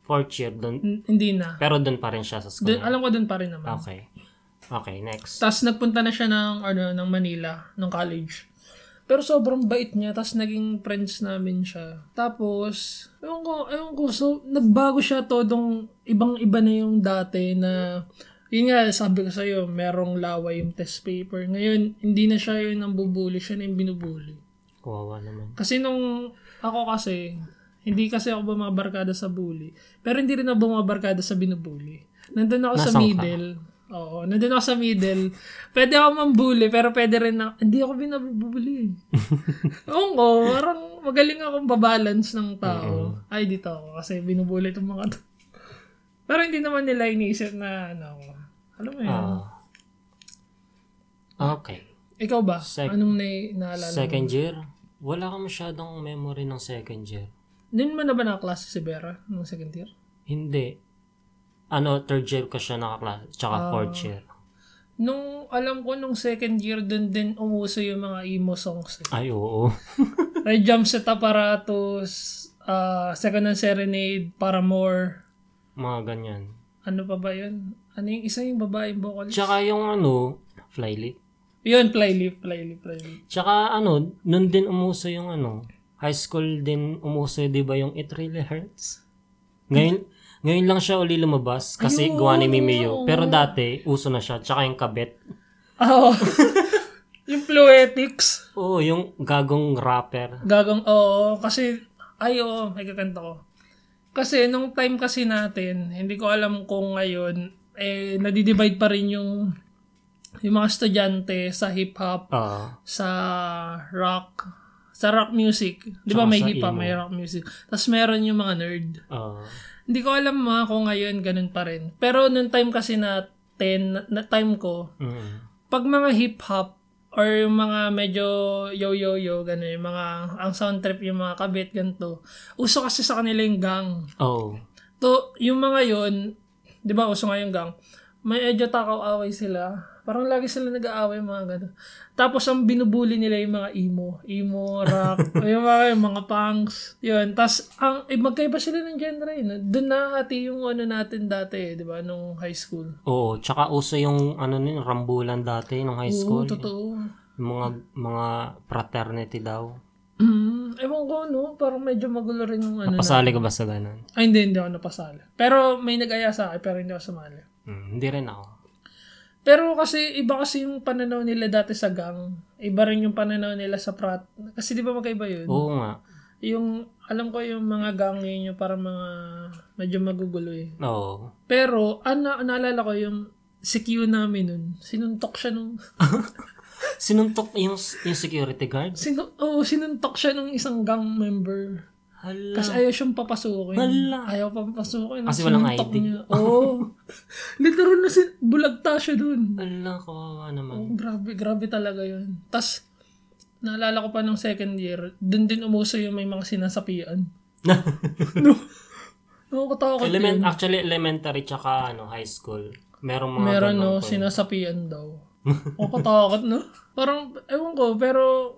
Speaker 1: Fourth year doon.
Speaker 2: N- hindi na.
Speaker 1: Pero doon pa rin siya sa school.
Speaker 2: Dun, alam ko doon pa rin naman.
Speaker 1: Okay. Okay, next.
Speaker 2: Tapos nagpunta na siya ng, ano, ng Manila, ng college. Pero sobrang bait niya, tapos naging friends namin siya. Tapos, ewan ko, ewan ko, so, nagbago siya todong ibang-iba na yung dati na, yun nga, sabi ko sa'yo, merong laway yung test paper. Ngayon, hindi na siya yun ang bubuli, siya na yung binubuli.
Speaker 1: Kawawa naman.
Speaker 2: Kasi nung ako kasi, hindi kasi ako bumabarkada sa bully. Pero hindi rin ako bumabarkada sa binubully. Nandun ako
Speaker 1: Nasaan
Speaker 2: sa
Speaker 1: ka?
Speaker 2: middle. Oo, nandun ako sa middle. Pwede ako mambully, pero pwede rin na, hindi ako binabubully.
Speaker 1: [laughs]
Speaker 2: Oo ko, parang magaling akong babalance ng tao. Ay, dito ako kasi binubully itong mga to. Pero hindi naman nila iniisip na ano ako. Alam mo yun.
Speaker 1: Ah. okay.
Speaker 2: Ikaw ba?
Speaker 1: Sec-
Speaker 2: Anong na naalala?
Speaker 1: Second year? Wala ka masyadong memory ng second year.
Speaker 2: Noon mo na ba nakaklase si Vera nung second year?
Speaker 1: Hindi. Ano, third year ko siya nakaklase. Tsaka fourth
Speaker 2: Ah.
Speaker 1: year.
Speaker 2: Nung, alam ko, nung second year, dun din umuso yung mga emo songs. Eh.
Speaker 1: Ay, oo.
Speaker 2: Red Jumpset Apparatus, uh, Second and Serenade, Paramore,
Speaker 1: Mga ganyan.
Speaker 2: ano pa ba yun? Ano yung isa yung babae vocalist?
Speaker 1: Tsaka yung ano, flyleaf.
Speaker 2: Yun, Flyleaf, Flyleaf, Flyleaf.
Speaker 1: Tsaka ano, nun din umuso yung ano, high school din umuso, di ba, yung It Really Hurts? Ngayon, ngayon lang siya uli lumabas kasi
Speaker 2: Ayun,
Speaker 1: gawa ni
Speaker 2: oo.
Speaker 1: Mimiyo. Pero dati, uso na siya. Tsaka yung kabit.
Speaker 2: Ah, Oo. [laughs] yung Fluetics.
Speaker 1: Oo, yung gagong rapper.
Speaker 2: Gagang, oo. Kasi, ay oo, may kakanta ko. Kasi, nung time kasi natin, hindi ko alam kung ngayon, eh, nadidivide pa rin yung yung mga estudyante sa hip-hop
Speaker 1: Ah,
Speaker 2: sa rock sa rock music. Di ba
Speaker 1: Tsaka
Speaker 2: may
Speaker 1: sa
Speaker 2: hip hop,
Speaker 1: emo.
Speaker 2: may rock music. Tapos meron yung mga nerd.
Speaker 1: ah,
Speaker 2: Hindi ko alam mga kung ngayon ganun pa rin. Pero nung time kasi na 10, na time ko,
Speaker 1: mm,
Speaker 2: pag mga hip hop or yung mga medyo yo-yo-yo, ganun, yung mga, ang sound trip, yung mga kabit, ganito. Uso kasi sa kanila yung gang.
Speaker 1: oh,
Speaker 2: To, yung mga yon di ba, uso nga yung gang, may edyo takaw-away sila. Parang lagi sila nag-aaway, mga gano'n. Tapos, ang binubuli nila yung mga emo. Emo,
Speaker 1: [laughs]
Speaker 2: rock, yung mga, yung mga punks. Yun. Tapos, ang, eh, magkaiba sila ng genre. Eh. no? Doon nahati yung ano natin dati, eh, di ba, nung high school.
Speaker 1: oo. Tsaka uso yung ano nun, rambulan dati nung high
Speaker 2: Oo,
Speaker 1: school.
Speaker 2: totoo. [clears throat]
Speaker 1: Yung mga, mga fraternity daw.
Speaker 2: Mm, ewan ko, no? Parang medyo magulo rin yung ano.
Speaker 1: Napasali ka ba sa ganun?
Speaker 2: Ay, hindi, hindi ako napasali. Pero may nag-aya sa akin, pero hindi ako sumali.
Speaker 1: Mm, hindi rin ako.
Speaker 2: Pero kasi iba kasi yung pananaw nila dati sa gang. Iba rin yung pananaw nila sa frat. Kasi di ba magkaiba yun?
Speaker 1: Oo nga.
Speaker 2: Yung, alam ko yung mga gang yun yung parang mga medyo magugulo eh.
Speaker 1: Oo.
Speaker 2: Pero, ano, naalala ko yung si Q namin nun. Sinuntok siya nung, [laughs]
Speaker 1: Sinuntok yung, yung security guard?
Speaker 2: sinu, oh, sinuntok siya nung isang gang member.
Speaker 1: Hala.
Speaker 2: Kasi ayaw siyang papasukin.
Speaker 1: Wala.
Speaker 2: Ayaw pa papasukin.
Speaker 1: Kasi walang
Speaker 2: Sinuntok
Speaker 1: ID. [laughs]
Speaker 2: niya. Oo. Oh, literal na sin- bulagta siya dun.
Speaker 1: Ala, kawawa naman.
Speaker 2: Grabe, grabe talaga yun. Tapos, naalala ko pa nung second year, dun din umuso yung may mga sinasapian. Mm.
Speaker 1: [laughs]
Speaker 2: no. Nakakatakot
Speaker 1: Element,
Speaker 2: yun.
Speaker 1: actually, elementary tsaka ano, high school. Merong mga
Speaker 2: Meron
Speaker 1: ganun
Speaker 2: no,
Speaker 1: po.
Speaker 2: sinasapian
Speaker 1: [laughs]
Speaker 2: daw. o katakot no? Parang, ewan ko, pero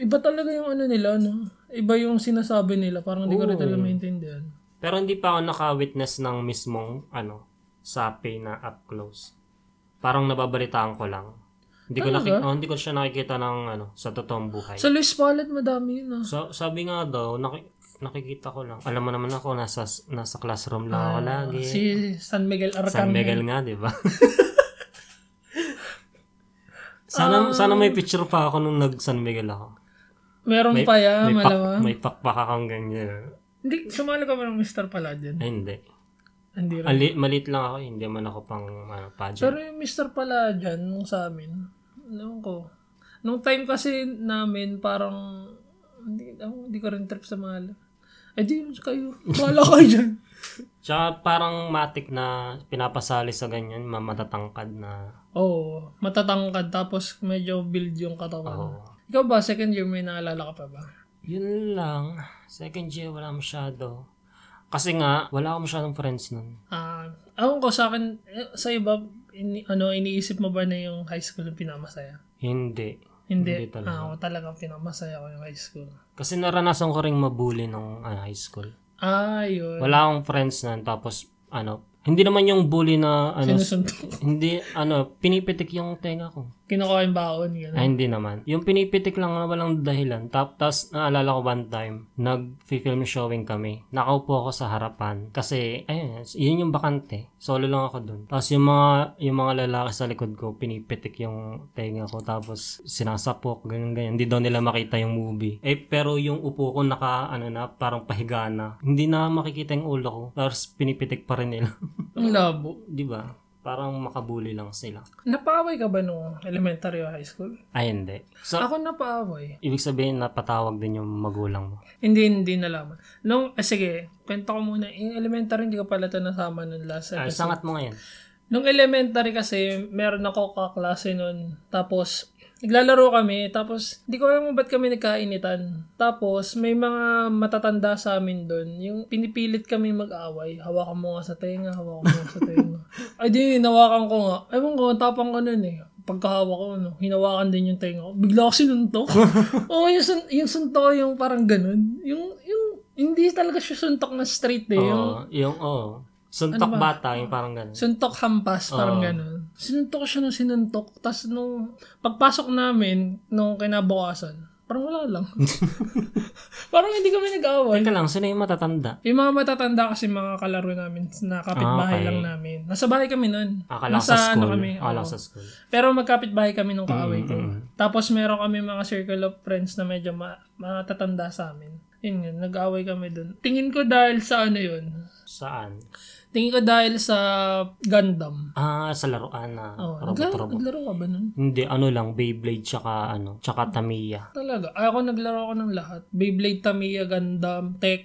Speaker 2: iba talaga yung ano nila, no? Iba yung sinasabi nila. Parang hindi ko rin talaga maintindihan.
Speaker 1: Pero hindi pa ako naka-witness ng mismong ano, sapi na up close. Parang nababalitaan ko lang. Hindi ko nakik- oh, hindi ko siya nakikita ng ano, sa totoong buhay.
Speaker 2: Sa Luis Palette, madami yun, ah.
Speaker 1: So, sabi nga daw, naki- nakikita ko lang. Alam mo naman ako, nasa, nasa classroom lang
Speaker 2: Ah,
Speaker 1: ako lagi.
Speaker 2: Si San Miguel
Speaker 1: Eh, San
Speaker 2: Arcangel.
Speaker 1: Miguel nga, di ba? [laughs]
Speaker 2: Ah.
Speaker 1: sana, sana may picture pa ako nung nag-San Miguel ako.
Speaker 2: Meron pa yan,
Speaker 1: may, pak,
Speaker 2: Ah, malawa.
Speaker 1: may pakpak akong ganyan.
Speaker 2: Hindi, sumali ka ba ng Mr.
Speaker 1: Ay,
Speaker 2: Paladin?
Speaker 1: Ah, hindi.
Speaker 2: Hindi rin.
Speaker 1: Ali, malit lang ako, hindi man ako pang ano, pageant.
Speaker 2: Pero yung Mr. Paladyan, nung sa amin, noon ko. Nung time kasi namin, parang, hindi, ako, hindi ko rin trip sa mga ala. Eh di, kayo. Wala
Speaker 1: [laughs]
Speaker 2: kayo dyan.
Speaker 1: Tsaka parang matik na pinapasali sa ganyan, ma- matatangkad na.
Speaker 2: Oo, matatangkad. Tapos medyo build yung katawan.
Speaker 1: Oo.
Speaker 2: Ikaw ba, second year may naalala ka pa ba?
Speaker 1: Yun lang. Second year, wala masyado. Kasi nga, wala akong masyadong friends nun.
Speaker 2: Ah, awon ko sa akin, eh, sa iba, ini, ano, iniisip mo ba na yung high school yung pinamasaya?
Speaker 1: Hindi.
Speaker 2: Hindi.
Speaker 1: Hindi talaga.
Speaker 2: Ah, ako talaga pinamasaya ko yung high school.
Speaker 1: Kasi naranasan ko ring mabuli nung ah, high school.
Speaker 2: Ah, yun.
Speaker 1: Wala akong friends nun. Tapos, ano, hindi naman yung bully na, ano,
Speaker 2: Sinusuntok.
Speaker 1: hindi, ano, pinipitik yung tenga ko.
Speaker 2: Kinukuha yung baon, gano'n.
Speaker 1: Ay, Ah, hindi naman. Yung pinipitik lang na walang dahilan. Tap, tas naalala ko one time, nag-film showing kami. Nakaupo ako sa harapan. Kasi, ayun, yun yung bakante. Solo lang ako dun. Tapos yung mga, yung mga lalaki sa likod ko, pinipitik yung tenga ko. Tapos sinasapok, ganyan, ganyan. Hindi daw nila makita yung movie. Eh, pero yung upo ko naka, ano na, parang pahiga na. Hindi na makikita yung ulo ko. Tapos pinipitik pa rin nila.
Speaker 2: Ang labo.
Speaker 1: Di ba? Parang makabuli lang sila.
Speaker 2: Napaaway ka ba nung elementary o high school?
Speaker 1: Ay, hindi. So,
Speaker 2: Ako napaaway.
Speaker 1: Ibig sabihin, napatawag din yung magulang mo.
Speaker 2: Hindi, hindi nalaman. Nung, ah, sige, kwento ko muna. Yung elementary, hindi ko pala ito nasama nung last
Speaker 1: Ay,
Speaker 2: episode.
Speaker 1: Ah, sangat mo ngayon.
Speaker 2: Nung elementary kasi, meron ako kaklase nun. Tapos, naglalaro kami. Tapos, hindi ko alam kung ba't kami nagkainitan. Tapos, may mga matatanda sa amin dun. Yung pinipilit kami mag-away. Hawakan mo nga sa tenga, hawakan mo nga sa tenga. Ay di, hinawakan ko nga. Ewan ko, ang tapang ko nun eh. Pagkahawak ko, no, hinawakan din yung tenga ko. Bigla ako sinuntok. Oo, yung, sun- yung suntok ko, yung parang ganun. Yung, yung, hindi talaga siya suntok na straight eh. Yung
Speaker 1: Oo,
Speaker 2: Ano
Speaker 1: yung, oo. Suntok bata, yung parang ganun.
Speaker 2: Suntok hampas,
Speaker 1: Oo.
Speaker 2: parang ganun. Sinuntok ko siya nung sinuntok. Tapos nung pagpasok namin, nung kinabukasan, parang wala
Speaker 1: [laughs]
Speaker 2: lang. parang hindi kami nag-away.
Speaker 1: Teka lang, sino yung matatanda?
Speaker 2: Yung mga matatanda kasi mga kalaro namin na kapitbahay
Speaker 1: Ah, Okay.
Speaker 2: lang namin. Nasa bahay kami nun.
Speaker 1: Akala Ah, ko
Speaker 2: Nasa
Speaker 1: sa school.
Speaker 2: ano kami,
Speaker 1: Akala ko
Speaker 2: oo.
Speaker 1: sa school.
Speaker 2: Pero magkapitbahay kami nung kaaway ko.
Speaker 1: Mm-mm.
Speaker 2: Tapos meron kami mga circle of friends na medyo ma- matatanda sa amin. Yun yun, nag-away kami dun. Tingin ko dahil sa ano yun.
Speaker 1: Saan?
Speaker 2: Tingin ko dahil sa Gundam.
Speaker 1: Ah, sa laruan na
Speaker 2: Oh, naglaro,
Speaker 1: robot-robot.
Speaker 2: naglaro ka ba nun?
Speaker 1: Hindi, ano lang, Beyblade tsaka ano, tsaka Tamiya.
Speaker 2: Talaga. Ako naglaro ako ng lahat. Beyblade, Tamiya, Gundam, Tex,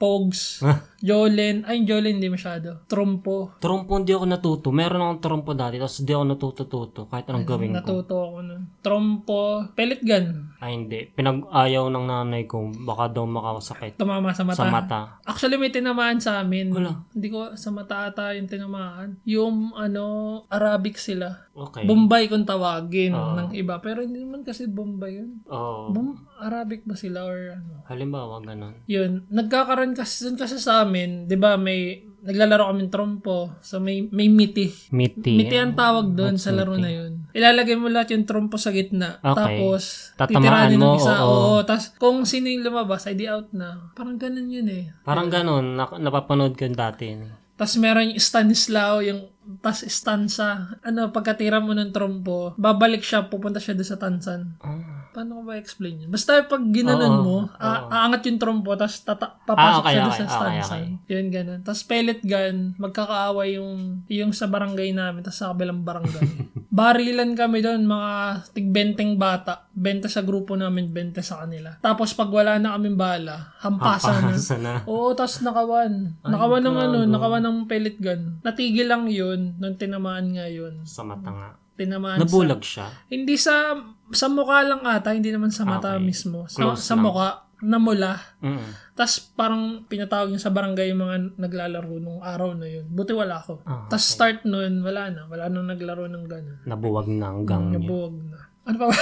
Speaker 1: [laughs]
Speaker 2: Pogs, Jolen. Ay, yung Jolen hindi masyado. Trompo.
Speaker 1: Trompo hindi ako natuto. Meron akong trompo dati, tapos hindi ako natuto-tuto kahit anong gawin ko.
Speaker 2: Natuto ako nun. Trompo. Pellet gun.
Speaker 1: Ay, hindi. Pinag-ayaw ng nanay ko, baka daw makakasakit
Speaker 2: Tumama sa mata.
Speaker 1: sa mata.
Speaker 2: Actually, may tinamaan sa amin.
Speaker 1: Wala.
Speaker 2: Hindi ko, sa mata ata yung tinamaan. Yung, ano, Arabic sila.
Speaker 1: Okay.
Speaker 2: Bombay kung tawagin
Speaker 1: Oo.
Speaker 2: ng iba. Pero hindi naman kasi Bombay yun.
Speaker 1: Oo.
Speaker 2: Bom- Arabic ba sila or ano?
Speaker 1: Halimbawa, ganun.
Speaker 2: yun, nagkakaroon kasi dun kasi sa amin, 'di ba, may naglalaro kami trompo. So may may miti.
Speaker 1: Miti.
Speaker 2: Miti ang tawag doon sa laro na yun. Ilalagay mo lahat yung trompo sa gitna.
Speaker 1: Okay.
Speaker 2: Tapos,
Speaker 1: Tatamaan
Speaker 2: titiranin ng
Speaker 1: mo,
Speaker 2: isa.
Speaker 1: oo.
Speaker 2: Oo. Tapos, kung sino yung lumabas, ay di out na. Parang ganun yun eh.
Speaker 1: Parang ganun, na, napapanood ko yun dati.
Speaker 2: Tapos meron yung Stanislao, yung tas stansa. Ano, pagkatira mo ng trompo, babalik siya, pupunta siya doon sa tansan.
Speaker 1: Ah,
Speaker 2: Paano ko ba explain yun? Basta pag ginanon
Speaker 1: Oo,
Speaker 2: mo,
Speaker 1: oo.
Speaker 2: a- aangat yung trompo, tapos tata- papasok
Speaker 1: Ah, okay,
Speaker 2: siya doon
Speaker 1: okay,
Speaker 2: sa stance.
Speaker 1: okay,
Speaker 2: Yun, ganun. Tapos pellet gun, magkakaaway yung, yung sa barangay namin, tapos sa kabilang
Speaker 1: [laughs]
Speaker 2: barangay. Barilan kami doon, mga tigbenteng bata. Bente sa grupo namin, bente sa kanila. Tapos pag wala na kaming bala, hampasan
Speaker 1: Ah,
Speaker 2: na.
Speaker 1: pasa na.
Speaker 2: Oo, tapos nakawan. Nakawan ng ano, nakawan ng pellet gun. Natigil lang yun, nung tinamaan nga yun.
Speaker 1: Sa mata nga.
Speaker 2: Tinamaan sa
Speaker 1: Nabulag siya.
Speaker 2: hindi sa sa mukha lang ata, hindi naman sa
Speaker 1: Ah,
Speaker 2: mata
Speaker 1: Okay.
Speaker 2: mismo. Sa,
Speaker 1: Close
Speaker 2: sa
Speaker 1: lang.
Speaker 2: mukha. namula.
Speaker 1: Mm.
Speaker 2: Tapos parang pinatawag niya sa barangay yung mga naglalaro nung araw na yun. Buti wala ako.
Speaker 1: Ah,
Speaker 2: Tapos start nun, wala na. Wala nang naglaro ng gano'n.
Speaker 1: Nabuwag na ang gang niya.
Speaker 2: Nabuwag na. Ano
Speaker 1: [laughs]
Speaker 2: pa ba?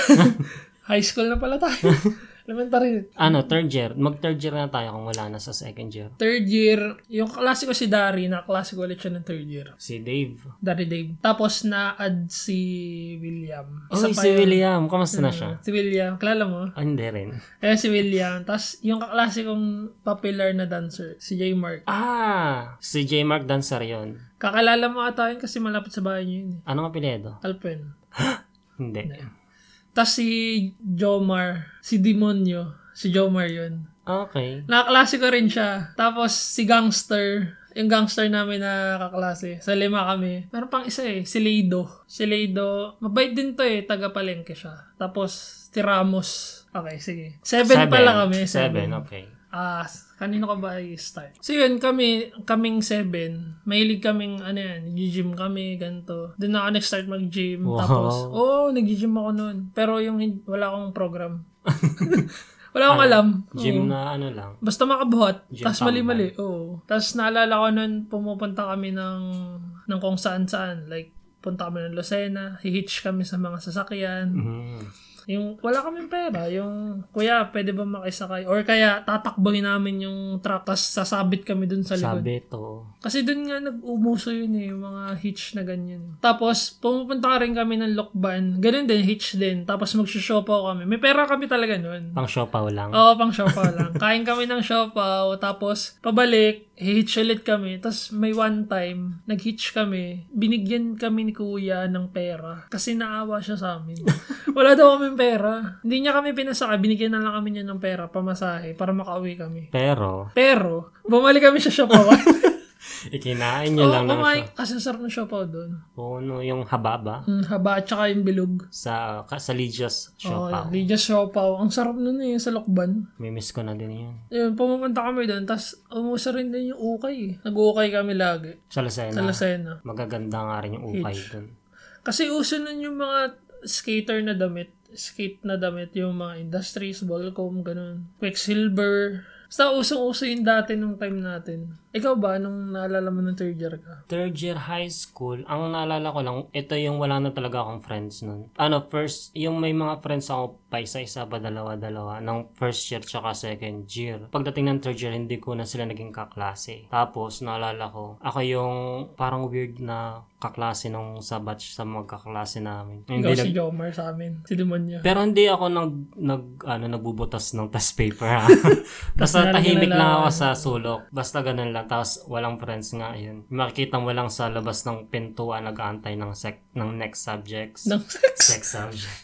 Speaker 2: [laughs] High school na pala tayo. Elementary.
Speaker 1: Ano, third year. Mag-third year na tayo kung wala na sa second year.
Speaker 2: Third year, yung klase ko si Dari, na klase ko ulit siya ng third year.
Speaker 1: Si Dave.
Speaker 2: Dari Dave. Tapos na-add si William.
Speaker 1: Uy, si William. Kamusta na siya?
Speaker 2: Hmm, Si William. Kilala mo?
Speaker 1: Ah, hindi rin.
Speaker 2: Eh, si William. Tapos yung kaklase kong popular na dancer, si J. Mark.
Speaker 1: Ah, si J. Mark Dancer yun.
Speaker 2: Kakalala mo ata yun kasi malapit sa bahay niyo yun. eh.
Speaker 1: Anong apelyido?
Speaker 2: Alpen.
Speaker 1: Hindi.
Speaker 2: Tapos si Jomar, si Demonyo, si Jomar yun.
Speaker 1: Okay.
Speaker 2: Nakaklase ko rin siya. Tapos si Gangster, yung gangster namin na kaklase. Sa lima kami. Meron pang isa eh, si Leido. Si Leido, mabait din to eh, taga Palengke siya. Tapos si Ramos. Okay, sige. Seven, pala kami.
Speaker 1: Seven, okay.
Speaker 2: Ah, kanino ka ba i-start? So yun, kami, kaming seven, mahilig kaming, ano yan, nag-gym kami, ganito. Doon na ako nag-start mag-gym.
Speaker 1: Wow.
Speaker 2: Tapos, oo, oh, nag-gym ako noon. Pero yung, hin- wala akong program. [laughs] wala akong alam.
Speaker 1: Ano? Gym
Speaker 2: Oo.
Speaker 1: na ano lang.
Speaker 2: Basta makabuhat.
Speaker 1: Gym
Speaker 2: Tapos
Speaker 1: tambay.
Speaker 2: mali-mali, oo. Tapos naalala ko noon, pumupunta kami ng, ng kung saan-saan. Like, punta kami ng Lucena, hihitch kami sa mga sasakyan.
Speaker 1: Mm.
Speaker 2: Yung wala kaming pera, yung kuya, pwede ba makisakay? Or kaya tatakbangin namin yung truck tapos sasabit kami dun sa likod.
Speaker 1: Sabi to.
Speaker 2: Kasi dun nga nag-umuso yun eh, yung mga hitch na ganyan. Tapos pumupunta rin kami ng Lokban. Ganun din, hitch din. Tapos magsushopaw kami. May pera kami talaga nun.
Speaker 1: Pang siopaw lang.
Speaker 2: Oo, pang siopaw lang. Kain kami ng siopaw, tapos pabalik, hitch ulit kami. Tapos may one time, nag-hitch kami, binigyan kami ni kuya ng pera kasi naawa siya sa
Speaker 1: [laughs]
Speaker 2: amin. Wala daw kami pera. Hindi niya kami pinasaka, binigyan na lang kami niya ng pera, pamasahe, para makauwi kami.
Speaker 1: Pero,
Speaker 2: Pero, bumalik kami sa siopaw.
Speaker 1: [laughs] ikinain niya
Speaker 2: Oo,
Speaker 1: lang naman
Speaker 2: kumain
Speaker 1: siya.
Speaker 2: kasi sarap ng siopaw doon.
Speaker 1: Puno yung haba ba?
Speaker 2: Mm, haba at saka yung bilog.
Speaker 1: Sa, ka- sa Legios
Speaker 2: Siopaw.
Speaker 1: siopaw.
Speaker 2: Oh, Lydia's siopaw. Ang sarap nun eh, sa lokban.
Speaker 1: May miss ko na din yun.
Speaker 2: Yun, pumunta kami doon, tapos umusa rin din yung ukay. eh. Nag-ukay kami lagi
Speaker 1: Sa Lucena.
Speaker 2: sa Lucena.
Speaker 1: Magaganda nga rin yung ukay dun.
Speaker 2: Kasi uso nun yung mga skater na damit, skate na damit, yung mga industries, Volcom, ganun. Quicksilver. Basta usong-uso yung dati nung time natin. Ikaw ba, nung naalala mo ng third year ka?
Speaker 1: Third year high school, ang naalala ko lang, ito yung wala na talaga akong friends nun. Ano, first, yung may mga friends ako pa isa-isa pa dalawa-dalawa ng first year tsaka second year. Pagdating ng third year, hindi ko na sila naging kaklase. Tapos, naalala ko, ako yung parang weird na kaklase nung sa batch sa mga kaklase namin.
Speaker 2: Ikaw
Speaker 1: Hindi
Speaker 2: si
Speaker 1: nag-
Speaker 2: Jomar sa amin, si Demonyo.
Speaker 1: pero hindi ako nag, nag ano, nagbubutas ng test paper. ha. Basta
Speaker 2: Tapos
Speaker 1: tahimik
Speaker 2: nalalaman.
Speaker 1: lang ako sa sulok. Basta ganun lang. Tapos walang friends nga yun. Makikita mo lang sa labas ng pintuan nag-aantay ng, sec- ng next subjects.
Speaker 2: Ng sex.
Speaker 1: Sex subject.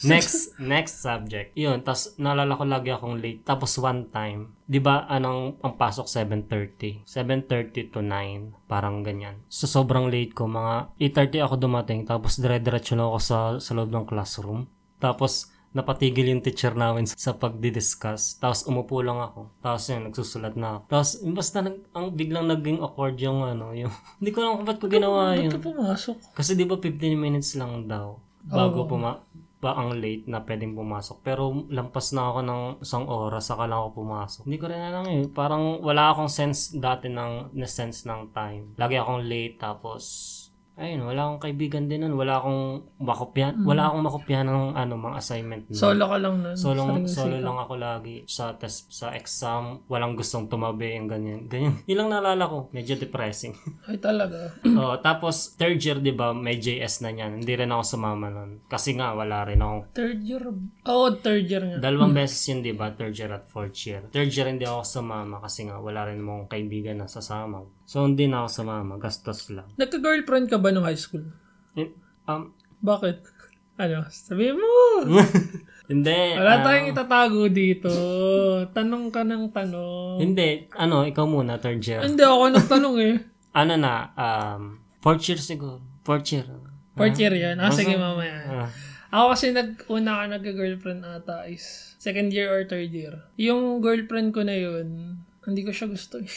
Speaker 1: Next, next subject. Yun, tapos naalala ko lagi akong late. Tapos one time, di ba, anong, ang pasok 7.30. 7.30 to 9, parang ganyan. So, sobrang late ko, mga 8.30 ako dumating, tapos dire-diretso na ako sa, sa loob ng classroom. Tapos, napatigil yung teacher namin sa pagdi-discuss. Tapos, umupo lang ako. Tapos, yun, nagsusulat na ako. Tapos, basta, nag, ang biglang naging awkward yung, ano, yung, [laughs] hindi ko alam kung ba't ko ginawa
Speaker 2: Ba't
Speaker 1: yun.
Speaker 2: ka pumasok?
Speaker 1: Kasi di ba 15 minutes lang daw bago puma ba ang late na pwedeng pumasok. Pero lampas na ako ng isang oras saka lang ako pumasok. Hindi ko rin alam eh. Parang wala akong sense dati ng na sense ng time. Lagi akong late tapos ayun, wala akong kaibigan din nun. Wala akong makopyan. Wala akong makopyan ng ano, mga assignment nun.
Speaker 2: Solo oh. ka lang nun.
Speaker 1: Solo,
Speaker 2: Sariling
Speaker 1: solo
Speaker 2: sikat.
Speaker 1: lang ako lagi sa test, sa exam. Walang gustong tumabi, yung ganyan. Ganyan. Ilang naalala ko. Medyo depressing.
Speaker 2: Ay talaga.
Speaker 1: Oo, Oh, tapos third year, di ba, may JS na niyan. Hindi rin ako sumama nun. Kasi nga, wala rin akong...
Speaker 2: Third year? Oo, third year nga.
Speaker 1: Dalawang beses yun, di ba, third year at fourth year. Third year, hindi ako sumama kasi nga, wala rin mong kaibigan na sasama. So, hindi na ako sumama. Gastos lang.
Speaker 2: Nagka-girlfriend ka ba nung high school?
Speaker 1: Eh, Um,
Speaker 2: Bakit? Ano? Sabi mo!
Speaker 1: hindi. ah,
Speaker 2: Wala tayong itatago dito. Tanong ka ng tanong.
Speaker 1: hindi. Ano, ikaw muna, third year.
Speaker 2: Hindi ako nagtanong eh.
Speaker 1: Ano na, um, fourth year siguro. Fourth year.
Speaker 2: Fourth year yan. Ah, sige mamaya.
Speaker 1: Ah,
Speaker 2: Ako kasi nag, una ka nagka-girlfriend ata is second year or third year. Yung girlfriend ko na yun, hindi ko siya gusto eh.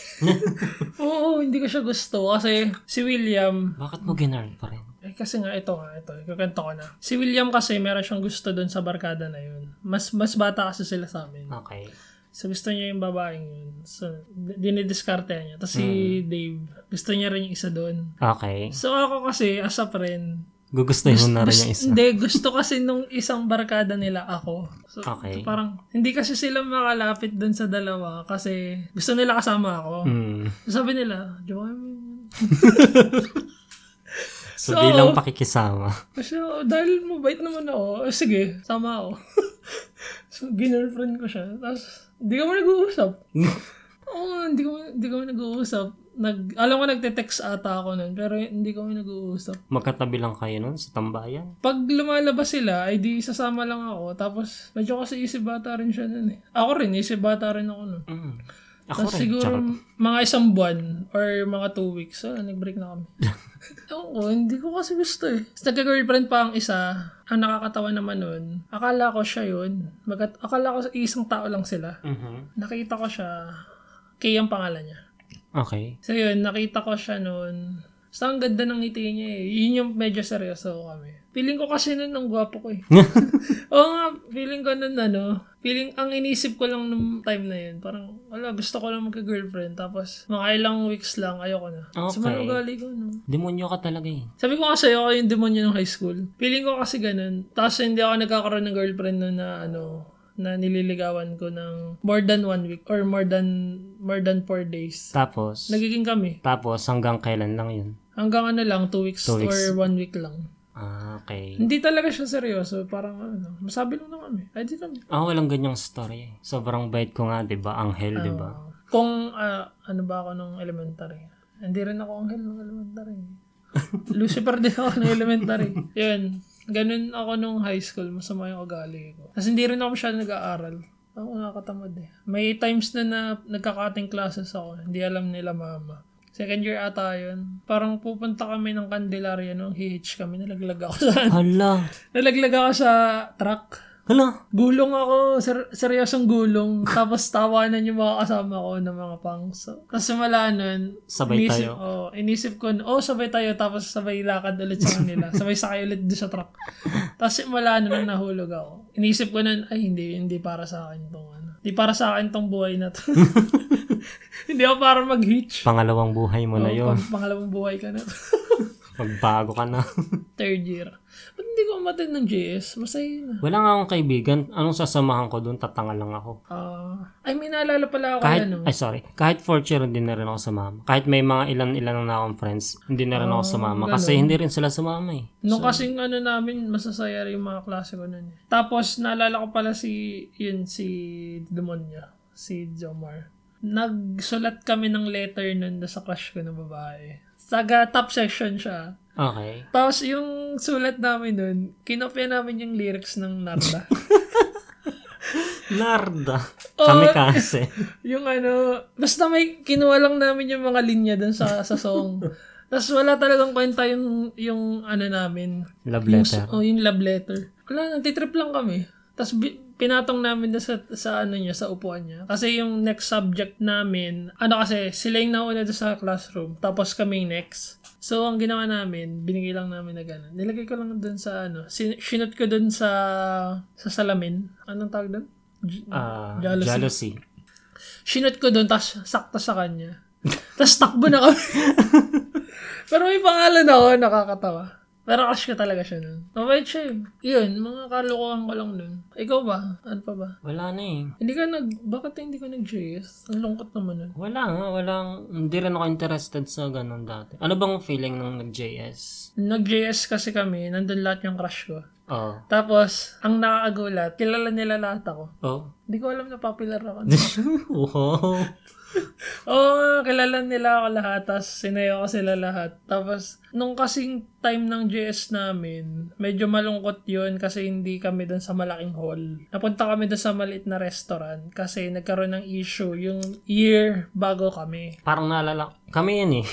Speaker 2: Oo, hindi ko siya gusto. Kasi si William,
Speaker 1: bakit mo ginarl pa rin?
Speaker 2: Eh, kasi nga, ito nga, ito. Kukento ko na. Si William kasi, meron siyang gusto doon sa barkada na yun. Mas mas bata kasi sila sa amin.
Speaker 1: Okay.
Speaker 2: So, gusto niya yung babaeng yun. So, d- dinidiskarte niya. Tapos si
Speaker 1: Mm.
Speaker 2: Dave, gusto niya rin yung isa doon.
Speaker 1: Okay.
Speaker 2: So, ako kasi, as a friend,
Speaker 1: Gugustuhin mo na rin
Speaker 2: Gust-
Speaker 1: yung isa.
Speaker 2: Hindi, gusto kasi nung isang barkada nila ako. So,
Speaker 1: Okay.
Speaker 2: so parang, hindi kasi sila makalapit dun sa dalawa kasi gusto nila kasama ako.
Speaker 1: Mm.
Speaker 2: Sabi nila, Joaquin.
Speaker 1: So, bilang pakikisama.
Speaker 2: Kasi oh, dahil mabait naman ako, eh, sige, sama ako. [laughs] so, ginirlfriend ko siya. Tapos, hindi kami nag-uusap. Oo, hindi kami, hindi kami nag-uusap. Nag, alam ko nagte-text ata ako nun, pero hindi kami nag-uusap.
Speaker 1: Magkatabi lang kayo nun sa tambayan.
Speaker 2: Pag lumalabas sila, ay di sasama lang ako. Tapos, medyo kasi isip bata rin siya nun eh. Ako rin, isip bata rin ako nun.
Speaker 1: Mm. Ako
Speaker 2: Tapos
Speaker 1: rin.
Speaker 2: siguro
Speaker 1: Charot.
Speaker 2: mga isang buwan or mga two weeks, wala, nag-break
Speaker 1: [laughs]
Speaker 2: na kami. Oo, hindi ko kasi gusto eh. Tapos nagka-girlfriend pa ang isa. Ang nakakatawa naman nun, akala ko siya yun. Magat akala ko isang tao lang sila.
Speaker 1: Mhm.
Speaker 2: Nakita ko siya, Kay ang pangalan niya.
Speaker 1: Okay.
Speaker 2: So yun, nakita ko siya noon. So ang ganda ng ngiti niya eh. Yun yung medyo seryoso ko kami. Feeling ko kasi noon ang gwapo
Speaker 1: [laughs]
Speaker 2: ko eh. Oo nga, feeling ko noon ano. Feeling, ang inisip ko lang nung time na yun. Parang, wala, gusto ko lang magka-girlfriend. Tapos, mga ilang weeks lang, ayoko na.
Speaker 1: Okay.
Speaker 2: So, manugali ko, no?
Speaker 1: Demonyo ka talaga eh.
Speaker 2: Sabi ko kasi ako yung demonyo ng high school. Feeling ko kasi ganun. Tapos hindi ako nagkakaroon ng girlfriend noon na ano, na nililigawan ko ng more than one week or more than more than four days.
Speaker 1: Tapos,
Speaker 2: Nagiging kami.
Speaker 1: tapos hanggang kailan lang yun?
Speaker 2: Hanggang ano lang, two weeks,
Speaker 1: Two weeks.
Speaker 2: or one week lang.
Speaker 1: Ah, okay.
Speaker 2: Hindi talaga siya seryoso. Parang ano, masabi lang naman eh. Ay, di kami.
Speaker 1: Ako walang ganyang story eh. Sobrang bait ko nga, di ba? Anghel, di
Speaker 2: Oh.
Speaker 1: ba?
Speaker 2: Kung ah, ano ba ako nung elementary. Hindi rin ako ang hell nung
Speaker 1: [laughs]
Speaker 2: elementary. Lucifer din ako nung elementary. Yun. Ganun ako nung high school. Masama yung ugali ko. Kasi hindi rin ako masyado nag-aaral. Ako nakakatamad eh. May times na, na nagkakating classes ako. Hindi alam nila mama. Second year ata yun. Parang pupunta kami ng Candelaria nung hihitch kami. Nalaglag ako sa
Speaker 1: Hala.
Speaker 2: Nalaglag ako sa truck.
Speaker 1: Hala.
Speaker 2: Gulong ako, ser- seryosong
Speaker 1: [laughs]
Speaker 2: gulong. Tapos tawanan yung mga kasama ko ng mga pangs. So, tapos wala nun.
Speaker 1: Sabay
Speaker 2: inisip,
Speaker 1: tayo.
Speaker 2: Oh, inisip ko, oh sabay tayo. Tapos sabay lakad ulit sa
Speaker 1: [laughs]
Speaker 2: kanila. sabay sakay ulit doon sa truck. Tapos wala nun, nahulog ako. Inisip ko nun, ay hindi, hindi para sa akin tong ano. Hindi para sa akin tong buhay
Speaker 1: [laughs]
Speaker 2: na to. hindi ako para mag-hitch.
Speaker 1: Pangalawang buhay mo na
Speaker 2: Oo,
Speaker 1: yun.
Speaker 2: pang- Pangalawang buhay ka na. [laughs]
Speaker 1: Magbago ka na. [laughs]
Speaker 2: Third year. Ba't hindi ko umattend ng JS? Masaya ah. na.
Speaker 1: Wala nga akong kaibigan. Anong sasamahan ko doon? Tatanga lang ako.
Speaker 2: Ah, ay, may naalala pala ako
Speaker 1: Kahit,
Speaker 2: ano.
Speaker 1: ay sorry, kahit fortune hindi na rin ako sumama. Kahit may mga ilan-ilan na akong friends, hindi na rin
Speaker 2: Oh,
Speaker 1: ako sumama. Kasi hindi rin sila sumama eh.
Speaker 2: Nung kasing ano namin, masasaya rin yung mga klase ko nun. eh. Tapos, naalala ko pala si, yun, si Demonya. Si Jomar. Nagsulat kami ng letter nun doon sa crush ko na babae. Saga top section siya.
Speaker 1: Okay.
Speaker 2: Tapos yung sulat namin nun, kinopya namin yung lyrics ng Narda.
Speaker 1: Narda.
Speaker 2: Oo.
Speaker 1: Kamikaze.
Speaker 2: yung ano, basta may kinuha lang namin yung mga linya dun sa sa song. Tapos wala talagang kwenta yung yung ano namin.
Speaker 1: Love
Speaker 2: Yung,
Speaker 1: letter.
Speaker 2: oh, yung love letter. Wala, nagtitrip lang kami. Tapos bi- pinatong namin dun sa, sa ano niya, sa upuan niya. Kasi yung next subject namin, ano kasi, sila yung nauna doon sa classroom. Tapos kami yung next. So, ang ginawa namin, binigay lang namin na gano'n. Nilagay ko lang dun sa ano, sin- sinot ko dun sa sa salamin. Anong tawag dun? J-
Speaker 1: Ah,
Speaker 2: Jealousy.
Speaker 1: jealousy.
Speaker 2: Sinot ko doon, tapos sakto sa kanya. [laughs] tapos takbo na kami. Pero may pangalan ako, nakakatawa. Pero crush ko talaga siya nun. Mabait siya eh. Yun, mga kalukuhan ko lang nun. Ikaw ba? Ano pa ba?
Speaker 1: Wala na eh.
Speaker 2: Hindi ka nag... Bakit hindi ka nag-JS? Ang lungkot naman nun.
Speaker 1: Wala nga, walang, hindi rin ako interested sa ganun dati. Ano bang feeling nung nag-JS?
Speaker 2: Nag-JS kasi kami, nandun lahat yung crush ko.
Speaker 1: Oo.
Speaker 2: Tapos, ang nakakagulat, kilala nila lahat ako.
Speaker 1: Oh. [laughs]
Speaker 2: Hindi ko alam na popular ako.
Speaker 1: wow.
Speaker 2: Oo, nga, kilala nila ako lahat. Tapos sinayo ko sila lahat. Tapos, nung kasing time ng JS namin, medyo malungkot yun kasi hindi kami dun sa malaking hall. Napunta kami dun sa maliit na restaurant kasi nagkaroon ng issue yung year bago kami.
Speaker 1: Parang naalala, kami yan eh.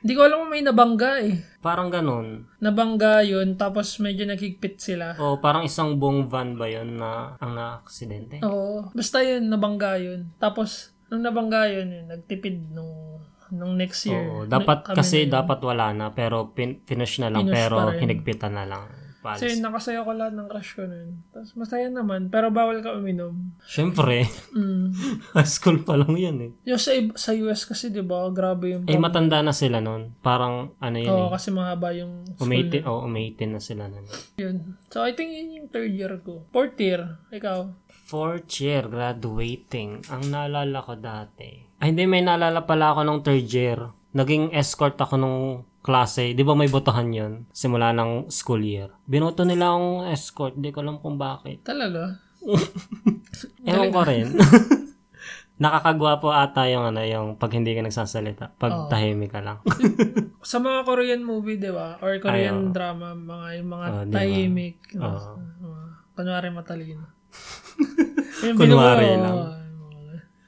Speaker 2: Hindi ko alam kung may nabangga eh.
Speaker 1: parang ganun.
Speaker 2: Nabangga yun, tapos medyo nakikpit sila.
Speaker 1: O parang isang buong van ba yun na ang na-aksidente?
Speaker 2: Oo. Basta yun, nabangga yun. Tapos, nung nabangga yun, yun nagtipid nung, nung next year.
Speaker 1: Oo, dapat
Speaker 2: Kami
Speaker 1: kasi
Speaker 2: na yun.
Speaker 1: dapat wala na pero pin- finish na lang
Speaker 2: Pinush
Speaker 1: pero
Speaker 2: pa rin.
Speaker 1: hinigpitan na lang.
Speaker 2: So yun, nakasaya ko lahat ng crush ko nun. Tapos masaya naman, pero bawal ka uminom.
Speaker 1: Siyempre, [laughs]
Speaker 2: Mm.
Speaker 1: high school pa lang yan eh.
Speaker 2: Yung sa, ib- sa US kasi, di ba, grabe yung...
Speaker 1: Eh, matanda na sila nun. Parang, ano yun
Speaker 2: Oo,
Speaker 1: eh.
Speaker 2: kasi mahaba yung school.
Speaker 1: Umaitin, oh, umaitin na sila nun.
Speaker 2: Yun. So, I think yun yung third year ko. Fourth year, ikaw.
Speaker 1: Fourth year, graduating. Ang naalala ko dati. Ay, hindi, may naalala pala ako nung third year. Naging escort ako nung klase. Di ba may botohan yon Simula ng school year. Binoto nila akong escort. Di ko alam kung bakit.
Speaker 2: Talaga?
Speaker 1: Ewan ko rin. [laughs] Nakakagwapo ata yung ano, yung pag hindi ka nagsasalita. Pag tahimik ka lang.
Speaker 2: Sa mga Korean movie, di ba? Or Korean drama, mga yung mga
Speaker 1: Oh, di ba?
Speaker 2: tahimik. no? Mga- kunwari
Speaker 1: [laughs]
Speaker 2: matalino. yung
Speaker 1: Kunwari
Speaker 2: binubuo,
Speaker 1: lang.
Speaker 2: yung mga-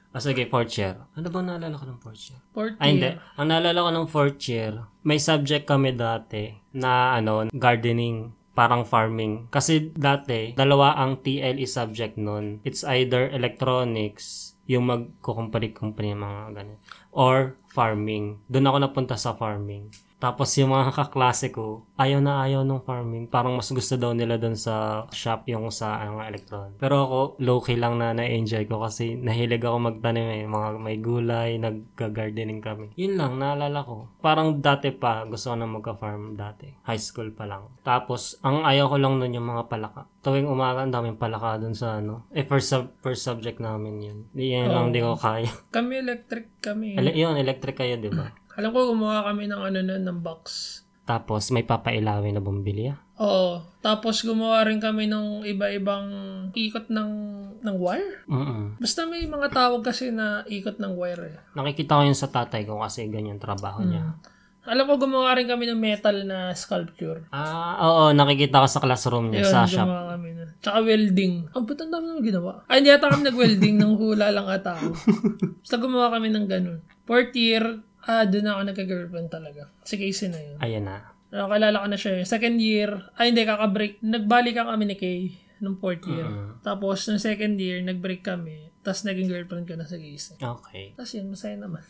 Speaker 1: O Ah, sige, fourth year. Ano bang naalala ko ng fourth year?
Speaker 2: Fourth
Speaker 1: Ay, hindi.
Speaker 2: year.
Speaker 1: Ang naalala ko ng fourth year, may subject kami dati na ano, gardening parang farming. Kasi dati, dalawa ang TLE subject nun. It's either electronics, yung magkukumpari-kumpari ng mga ganun, or farming. Doon ako napunta sa farming. Tapos yung mga kaklase ko, ayaw na ayaw ng farming. Parang mas gusto daw nila doon sa shop yung sa ano, nga, electron. Pero ako, low-key lang na na-enjoy ko kasi nahilig ako magtanim eh. Mga may gulay, nag-gardening kami. Yun lang, naalala ko. Parang dati pa, gusto ko na magka-farm dati. High school pa lang. Tapos, ang ayaw ko lang nun yung mga palaka. Tuwing umaga, ang daming palaka doon sa ano. Eh, first, sub- first subject namin yun. Yun lang, di ko kaya.
Speaker 2: Kami electric kami.
Speaker 1: Ele- yun, electric kayo, di ba?
Speaker 2: Alam ko gumawa kami ng ano nun, ng box.
Speaker 1: Tapos, may papailawin na bumbilya.
Speaker 2: Oo. Tapos gumawa rin kami ng iba-ibang ikot ng ng wire.
Speaker 1: Mm-mm.
Speaker 2: Basta may mga tawag kasi na ikot ng wire eh.
Speaker 1: Nakikita ko yun sa tatay ko kasi ganyan trabaho niya.
Speaker 2: Hmm. Alam ko gumawa rin kami ng metal na sculpture.
Speaker 1: Ah, oo, nakikita ko sa classroom niya,
Speaker 2: Yun,
Speaker 1: sa shop.
Speaker 2: gumawa kami na. Tsaka welding. Oh, ba't ang dami naman ginawa? Ay, hindi ata kami nag-welding. nang hula lang ata ako. Basta gumawa kami ng ganun. Fourth year, ah, doon ako nagka-girlfriend talaga. Si Casey na yun.
Speaker 1: Ayan na.
Speaker 2: Ah, kilala ko na siya. eh. Second year, ay hindi, kakabreak. Nagbalik kami ni Kay nung fourth year.
Speaker 1: Hmm.
Speaker 2: Tapos, nung second year, nagbreak kami. Tapos, naging girlfriend ko na sa Casey.
Speaker 1: Okay.
Speaker 2: Tapos yun, masaya
Speaker 1: [laughs]
Speaker 2: naman.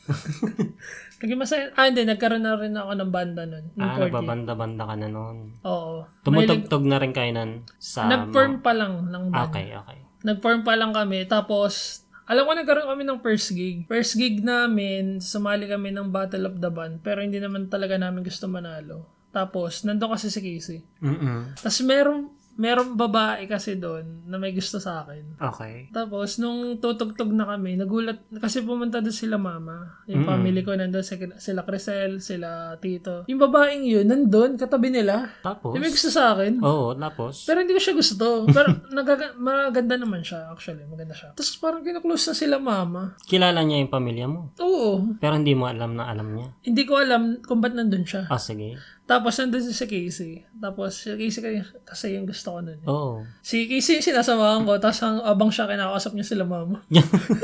Speaker 2: naging masaya. Ah, hindi, nagkaroon na rin ako ng banda nun. Nung
Speaker 1: Ah,
Speaker 2: fourth year.
Speaker 1: nababanda-banda ka na noon.
Speaker 2: Oo.
Speaker 1: Tumutugtog na rin kayo nun sa... ano?
Speaker 2: Nag-form pa lang ng band.
Speaker 1: Okay, okay.
Speaker 2: Nag-form pa lang kami. Tapos, alam ko nagkaroon kami ng first gig. First gig namin, sumali kami ng Battle of the Band. Pero hindi naman talaga namin gusto manalo. Tapos, nandun kasi si Casey.
Speaker 1: Mm-mm.
Speaker 2: Tapos merong, merong babae kasi doon na may gusto sa akin.
Speaker 1: Okay.
Speaker 2: Tapos, nung tutugtog na kami, nagulat, kasi pumunta doon sila mama. Yung family ko, nandun si, sila Crisel, sila Tito. Yung babaeng yun, nandun, katabi nila.
Speaker 1: Tapos?
Speaker 2: Yung may gusto sa akin.
Speaker 1: Oo, tapos?
Speaker 2: Pero hindi ko siya gusto. Pero [laughs] nagaga- maganda naman siya, actually. Maganda siya. Tapos parang kinuklose na sila mama.
Speaker 1: Kilala niya yung pamilya mo.
Speaker 2: Oo.
Speaker 1: Pero hindi mo alam na alam niya.
Speaker 2: Hindi ko alam kung ba't nandun siya.
Speaker 1: Ah, sige.
Speaker 2: Tapos nandun si Casey. Tapos si Casey kasi- kasi yung gusto ko nun.
Speaker 1: Oo. [laughs]
Speaker 2: Si Casey yung sinasamahan ko. Tapos ang abang siya, kinakasap niya sila mama.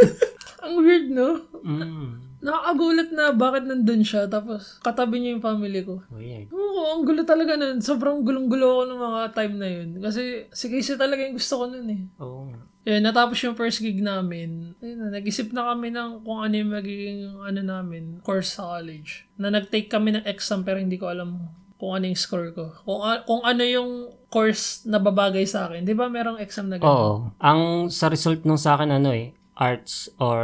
Speaker 2: [laughs] ang weird, no?
Speaker 1: Mm.
Speaker 2: Nakakagulat na bakit nandun siya. Tapos katabi niya yung family ko.
Speaker 1: Weird.
Speaker 2: Oo, ang gulo talaga nun. Sobrang gulong-gulo ako ng mga time na yun. Kasi si Casey talaga yung gusto ko nun eh.
Speaker 1: Oo. nga.
Speaker 2: Yun, natapos yung first gig namin. Ayun na, nag-isip na kami ng kung ano yung magiging ano namin, course sa college. Na nag-take kami ng exam pero hindi ko alam kung ano yung score ko. Kung, a- kung ano yung course na babagay sa akin. Di ba merong exam na ganun?
Speaker 1: Oo. Ang sa result nung sa akin ano eh, arts or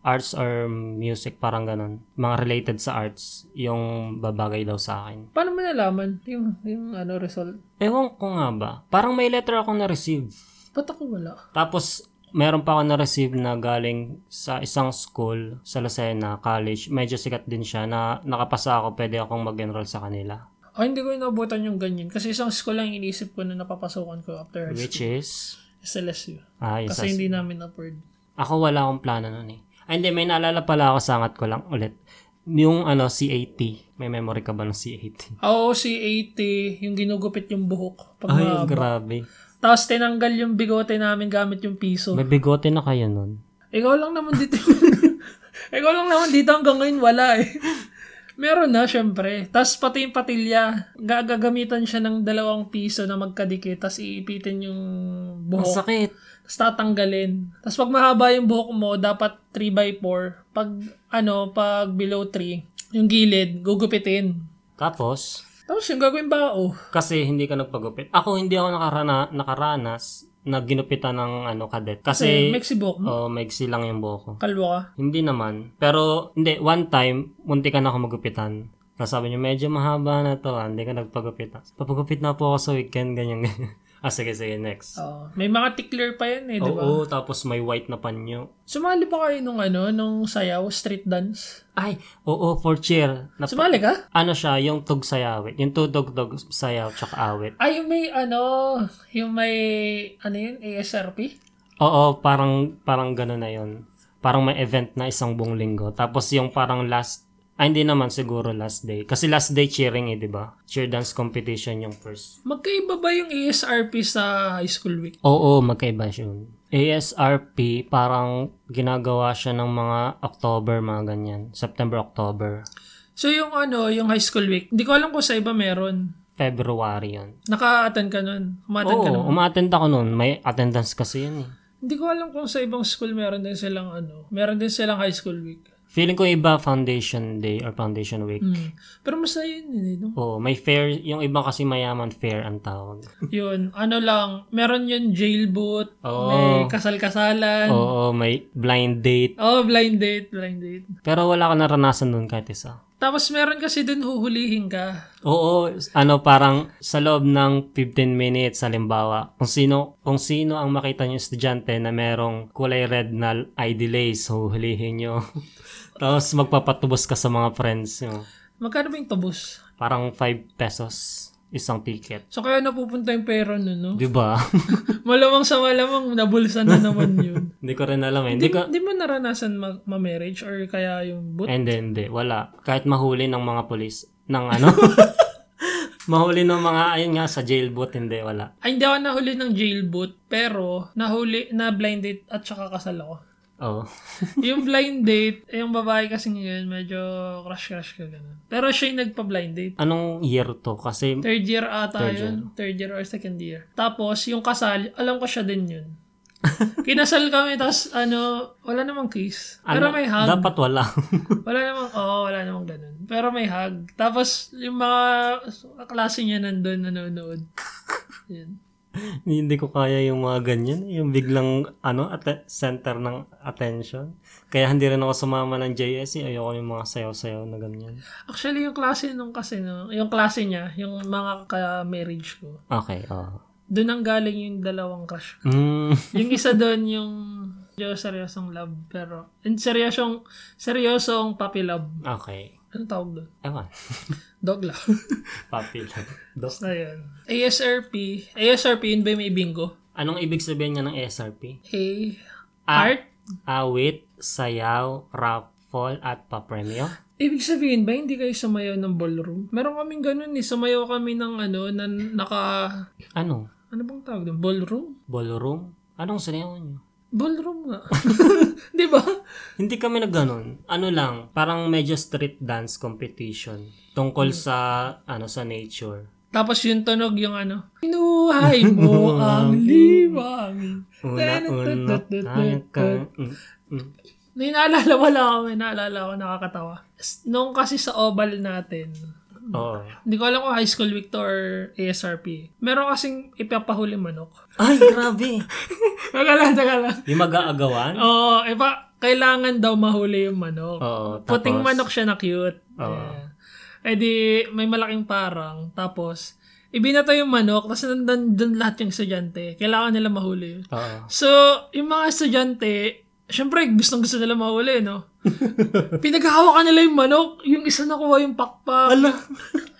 Speaker 1: arts or music parang ganun. Mga related sa arts yung babagay daw sa akin.
Speaker 2: Paano mo nalaman yung, yung ano, result?
Speaker 1: Ewan ko nga ba. Parang may letter akong na-receive.
Speaker 2: Ba't ako wala?
Speaker 1: Tapos meron pa ako na-receive na galing sa isang school sa Lucena College. Medyo sikat din siya na nakapasa ako, pwede akong mag-enroll sa kanila.
Speaker 2: Ah, hindi ko inabutan yung ganyan. Kasi isang school lang yung inisip ko na napapasukan ko after high
Speaker 1: Which is,
Speaker 2: school. SLSU.
Speaker 1: ah, isa
Speaker 2: Kasi hindi namin afford.
Speaker 1: Ako wala akong plano nun eh. Ay, hindi, may naalala pala ako sangat ko lang ulit. Yung ano, CAT. May memory ka ba ng CAT?
Speaker 2: Ah, Oo, si 80, yung ginugupit yung buhok. Pag
Speaker 1: Ay,
Speaker 2: mahaba.
Speaker 1: grabe.
Speaker 2: Tapos tinanggal yung bigote namin gamit yung piso.
Speaker 1: May bigote na kayo nun.
Speaker 2: Ikaw lang naman dito. [laughs] Ikaw lang naman dito hanggang ngayon wala eh. Meron na, syempre. Tapos pati yung patilya, gagagamitan siya ng dalawang piso na magkadikit, tapos iipitin yung
Speaker 1: Ang
Speaker 2: buhok,
Speaker 1: sakit.
Speaker 2: tapos tatanggalin. Tapos pag mahaba yung buhok mo, dapat 3x4. Pag, ano, pag below 3, yung gilid, gugupitin.
Speaker 1: Tapos,
Speaker 2: Tapos yung gagawin ba? Oh,
Speaker 1: Kasi hindi ka nagpagupit. Ako hindi ako nakarana, nakaranas na ginupitan ng ano kadet. Kasi
Speaker 2: eh, Mexibo. Hmm?
Speaker 1: oh, maiksi lang yung buho ko.
Speaker 2: Kalwa ka.
Speaker 1: Hindi naman. Pero hindi one time munti ka na ako magupitan. Tapos sabi niya, medyo mahaba na to, ah, hindi ka nagpagupit. ah. Papagupit na po ako sa weekend, ganyan, ganyan. [laughs] Ah, sige, sige, next.
Speaker 2: Oo. Oh, may mga tickler pa yan eh,
Speaker 1: Oo,
Speaker 2: di ba?
Speaker 1: tapos may white na panyo.
Speaker 2: Sumali ba kayo nung ano, nung sayaw, street dance?
Speaker 1: Ay, oo, for cheer. Na,
Speaker 2: Sumali ka?
Speaker 1: ano siya, yung tug sayawit. Yung tudog-dog sayaw tsaka awit.
Speaker 2: Ay, yung may ano, yung may, ano yun, ASRP?
Speaker 1: Oo, parang parang gano'n na 'yon. Parang may event na isang buong linggo. Tapos yung parang last ay, hindi naman siguro last day. Kasi last day cheering eh, di ba? Cheer dance competition yung first.
Speaker 2: Magkaiba ba yung ASRP sa high school week?
Speaker 1: Oo, magkaiba siya yun. ASRP, parang ginagawa siya ng mga October, mga ganyan. September, October.
Speaker 2: So yung ano, yung high school week, hindi ko alam kung sa iba meron.
Speaker 1: February yun.
Speaker 2: Naka-attend ka nun? Umatan ka
Speaker 1: Oo,
Speaker 2: nun?
Speaker 1: umaattend ako noon. May attendance kasi yun eh.
Speaker 2: Hindi ko alam kung sa ibang school meron din silang ano, meron din silang high school week.
Speaker 1: Feeling ko iba foundation day or foundation week.
Speaker 2: Hmm. Pero masaya yun, eh, no?
Speaker 1: Oo, may fair. Yung iba kasi mayaman fair ang tawag.
Speaker 2: yun, ano lang, meron yun jail boot,
Speaker 1: Oo.
Speaker 2: may kasal-kasalan,
Speaker 1: Oo, may blind date.
Speaker 2: oh, blind date, blind date.
Speaker 1: Pero wala ka naranasan doon kahit isa.
Speaker 2: Tapos meron kasi dun huhulihin ka.
Speaker 1: Oo, ano parang sa loob ng 15 minutes halimbawa, kung sino kung sino ang makita niyo estudyante na merong kulay red na ID lace, huhulihin niyo. [laughs] Tapos magpapatubos ka sa mga friends niyo.
Speaker 2: Magkano ba yung tubos?
Speaker 1: Parang 5 pesos isang ticket.
Speaker 2: So kaya napupunta yung pera nun, no?
Speaker 1: 'Di ba?
Speaker 2: Malamang sa malamang nabulsa
Speaker 1: [laughs]
Speaker 2: na naman yun.
Speaker 1: Hindi ko rin alam eh. Hindi
Speaker 2: Di,
Speaker 1: ko
Speaker 2: di mo naranasan ma- ma-marriage or kaya yung boot?
Speaker 1: And then, hindi. Wala. Kahit mahuli ng mga polis, ng
Speaker 2: [laughs]
Speaker 1: ano, mahuli ng mga, ayun nga, sa jail boot, hindi, wala.
Speaker 2: Ay, hindi ako nahuli ng jail boot, pero nahuli na blind date at saka kasal ako.
Speaker 1: Oo.
Speaker 2: yung blind date, eh, yung babae kasi ngayon, medyo crush-crush ka ganun. Pero siya yung nagpa-blind date.
Speaker 1: Anong year to? Kasi,
Speaker 2: Third year ata
Speaker 1: Third
Speaker 2: yun. Third year or second year. Tapos, yung kasal, alam ko siya din
Speaker 1: [laughs]
Speaker 2: yun. Kinasal kami, tapos ano, wala namang kiss.
Speaker 1: ano,
Speaker 2: Pero may hug.
Speaker 1: dapat wala. [laughs]
Speaker 2: Wala namang, oo, wala namang ganun. Pero may hug. Tapos, yung mga klase niya nandun nanonood. Yun.
Speaker 1: hindi ko kaya yung mga ganyan. Yung biglang, ano, atte- center ng attention. Kaya hindi rin ako sumama ng JS. eh. Ayoko yung mga sayaw-sayaw na ganyan.
Speaker 2: Actually, yung klase nung kasi, no, yung klase niya, yung mga ka-marriage ko,
Speaker 1: Okay, oh. oo.
Speaker 2: doon ang galing yung dalawang crush ko.
Speaker 1: Mm,
Speaker 2: Yung isa doon, yung medyo seryosong love, pero, and seryosong, seryosong puppy love.
Speaker 1: okay.
Speaker 2: Ano tawag doon?
Speaker 1: Ewan.
Speaker 2: Dog [laughs] love.
Speaker 1: Papi lang. Dok.
Speaker 2: Ayun. ASRP. ASRP, yun ba yung may bingo?
Speaker 1: Anong ibig sabihin niya ng SRP?
Speaker 2: A.
Speaker 1: Ah.
Speaker 2: Art?
Speaker 1: Awit, sayaw, raffle, at papremyo?
Speaker 2: Ibig sabihin ba, hindi kayo sumayaw ng ballroom? Meron kaming ganun eh. Sumayaw kami ng ano, na naka...
Speaker 1: Ano?
Speaker 2: Ano bang tawag doon? Ballroom?
Speaker 1: Ballroom? Anong sinayaw niyo?
Speaker 2: Ballroom nga. [laughs] Di ba?
Speaker 1: Hindi kami na ganun. Ano lang, parang medyo street dance competition
Speaker 2: Hmm.
Speaker 1: tungkol sa ano sa nature.
Speaker 2: Tapos yung tunog yung ano, [laughs] Pinuhay mo ang liwangi.
Speaker 1: Una, una, kaya ka. Mm, mm.
Speaker 2: May naalala, [laughs] wala ako. May naalala ako, nakakatawa. S- Nung kasi sa oval natin,
Speaker 1: Oo.
Speaker 2: hindi ko alam kung high school week to or ASRP. Meron kasing ipapahuli manok. [laughs]
Speaker 1: Ay, grabe.
Speaker 2: Tagalan, tagalan.
Speaker 1: Yung mag-aagawan?
Speaker 2: Oo, eh iba, kailangan daw mahuli yung manok.
Speaker 1: Oo. Ah, tapos-
Speaker 2: Puting manok siya na cute.
Speaker 1: Oo.
Speaker 2: Yeah. Eh di, may malaking parang. Tapos, ibinato yung manok, tapos nandun dun lahat yung estudyante. Kailangan nila mahuli.
Speaker 1: Oo.
Speaker 2: So, yung mga estudyante, syempre, gustong gusto nila mahuli, no? Pinaghahawakan nila yung manok, yung isa nakuha yung pakpak,
Speaker 1: Ala,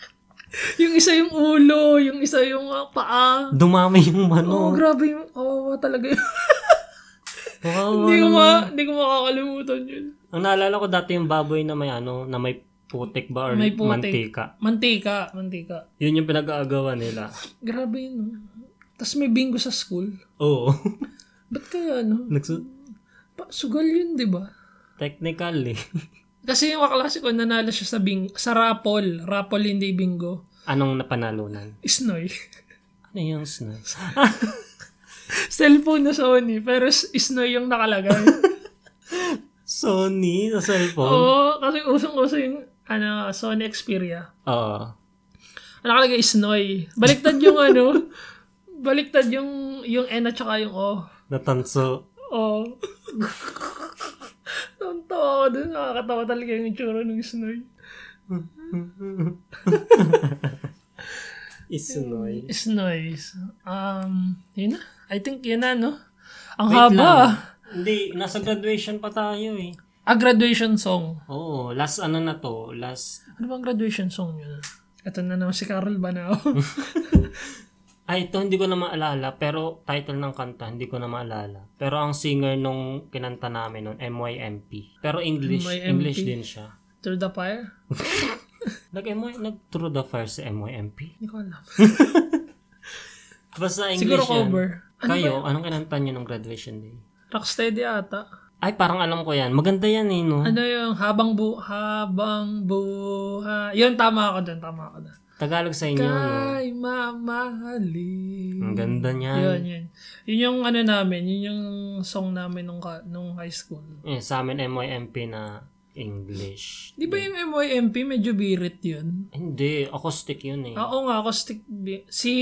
Speaker 2: [laughs] yung isa yung ulo, yung isa yung ah, paa.
Speaker 1: dumami yung
Speaker 2: Oo, oh,
Speaker 1: manok.
Speaker 2: grabe yung, kawawa talaga yun.
Speaker 1: Wow.
Speaker 2: hindi, ko ma, hindi ko makakalimutan yun.
Speaker 1: Ang naalala ko dati yung baboy na may ano, na may putik ba or
Speaker 2: May putik.
Speaker 1: mantika.
Speaker 2: Mantika, mantika.
Speaker 1: Yun yung pinag-aagawan nila.
Speaker 2: Grabe yun. no? Tapos may bingo sa school.
Speaker 1: [laughs] Oo.
Speaker 2: Ba't kaya ano?
Speaker 1: Nagsu-
Speaker 2: Pa- sugal yun, di ba?
Speaker 1: Technically.
Speaker 2: Kasi yung kaklase ko, nanalo siya sa bingo. Sa rapol. Rapol, hindi bingo.
Speaker 1: [laughs] Anong napanalunan?
Speaker 2: Isnoy. [laughs]
Speaker 1: Ano yung Ah! snow?
Speaker 2: Cellphone na Sony, pero s- Isnoy yung
Speaker 1: [laughs]
Speaker 2: nakalagay.
Speaker 1: Sony Um, sa cellphone?
Speaker 2: Oo, kasi usong-uso yung ano, Sony Xperia.
Speaker 1: Oh. Oo.
Speaker 2: Nakalagay snoy. Baliktad yung
Speaker 1: [laughs]
Speaker 2: ano. Baliktad yung yung N at saka yung O.
Speaker 1: Natanso. [laughs]
Speaker 2: O. Tonto ako dun. Nakakatawa talaga yung itsura ng snoy.
Speaker 1: Isunoy.
Speaker 2: It's nice. Um, yun na. I think yun na, no? Ang
Speaker 1: Wait
Speaker 2: haba.
Speaker 1: lang. Hindi, nasa graduation pa tayo eh.
Speaker 2: Ah, graduation song.
Speaker 1: Oo, last ano na to, last,
Speaker 2: Ano bang graduation song yun? Ito na naman si Carol
Speaker 1: [laughs]
Speaker 2: Banao.
Speaker 1: ay ito hindi ko na maalala, pero title ng kanta, hindi ko na maalala. Pero ang singer nung kinanta namin nun, MYMP. Pero English,
Speaker 2: MYMP?
Speaker 1: English din siya.
Speaker 2: Through the fire?
Speaker 1: Nag-MY, nag-through the fire si MYMP.
Speaker 2: Hindi ko alam.
Speaker 1: Basta
Speaker 2: Siguro
Speaker 1: English
Speaker 2: cover.
Speaker 1: yan.
Speaker 2: Ano
Speaker 1: Kayo, anong kinanta nyo ng graduation day?
Speaker 2: Rocksteady ata.
Speaker 1: Ay, parang alam ko yan. Maganda yan eh, no?
Speaker 2: Ano yung habang bu habang buha. Yun, tama ako dun. Tama ako dun.
Speaker 1: Tagalog sa inyo, no?
Speaker 2: Kay mamahalin.
Speaker 1: Ang ganda niyan.
Speaker 2: Yun, yun. Yun yung ano namin. Yun yung song namin nung, ka- nung high school.
Speaker 1: Eh, sa amin, MYMP na English.
Speaker 2: Di ba yung MYMP medyo birit yun?
Speaker 1: Hindi, acoustic yun eh.
Speaker 2: Oo nga, ako stick bi- Si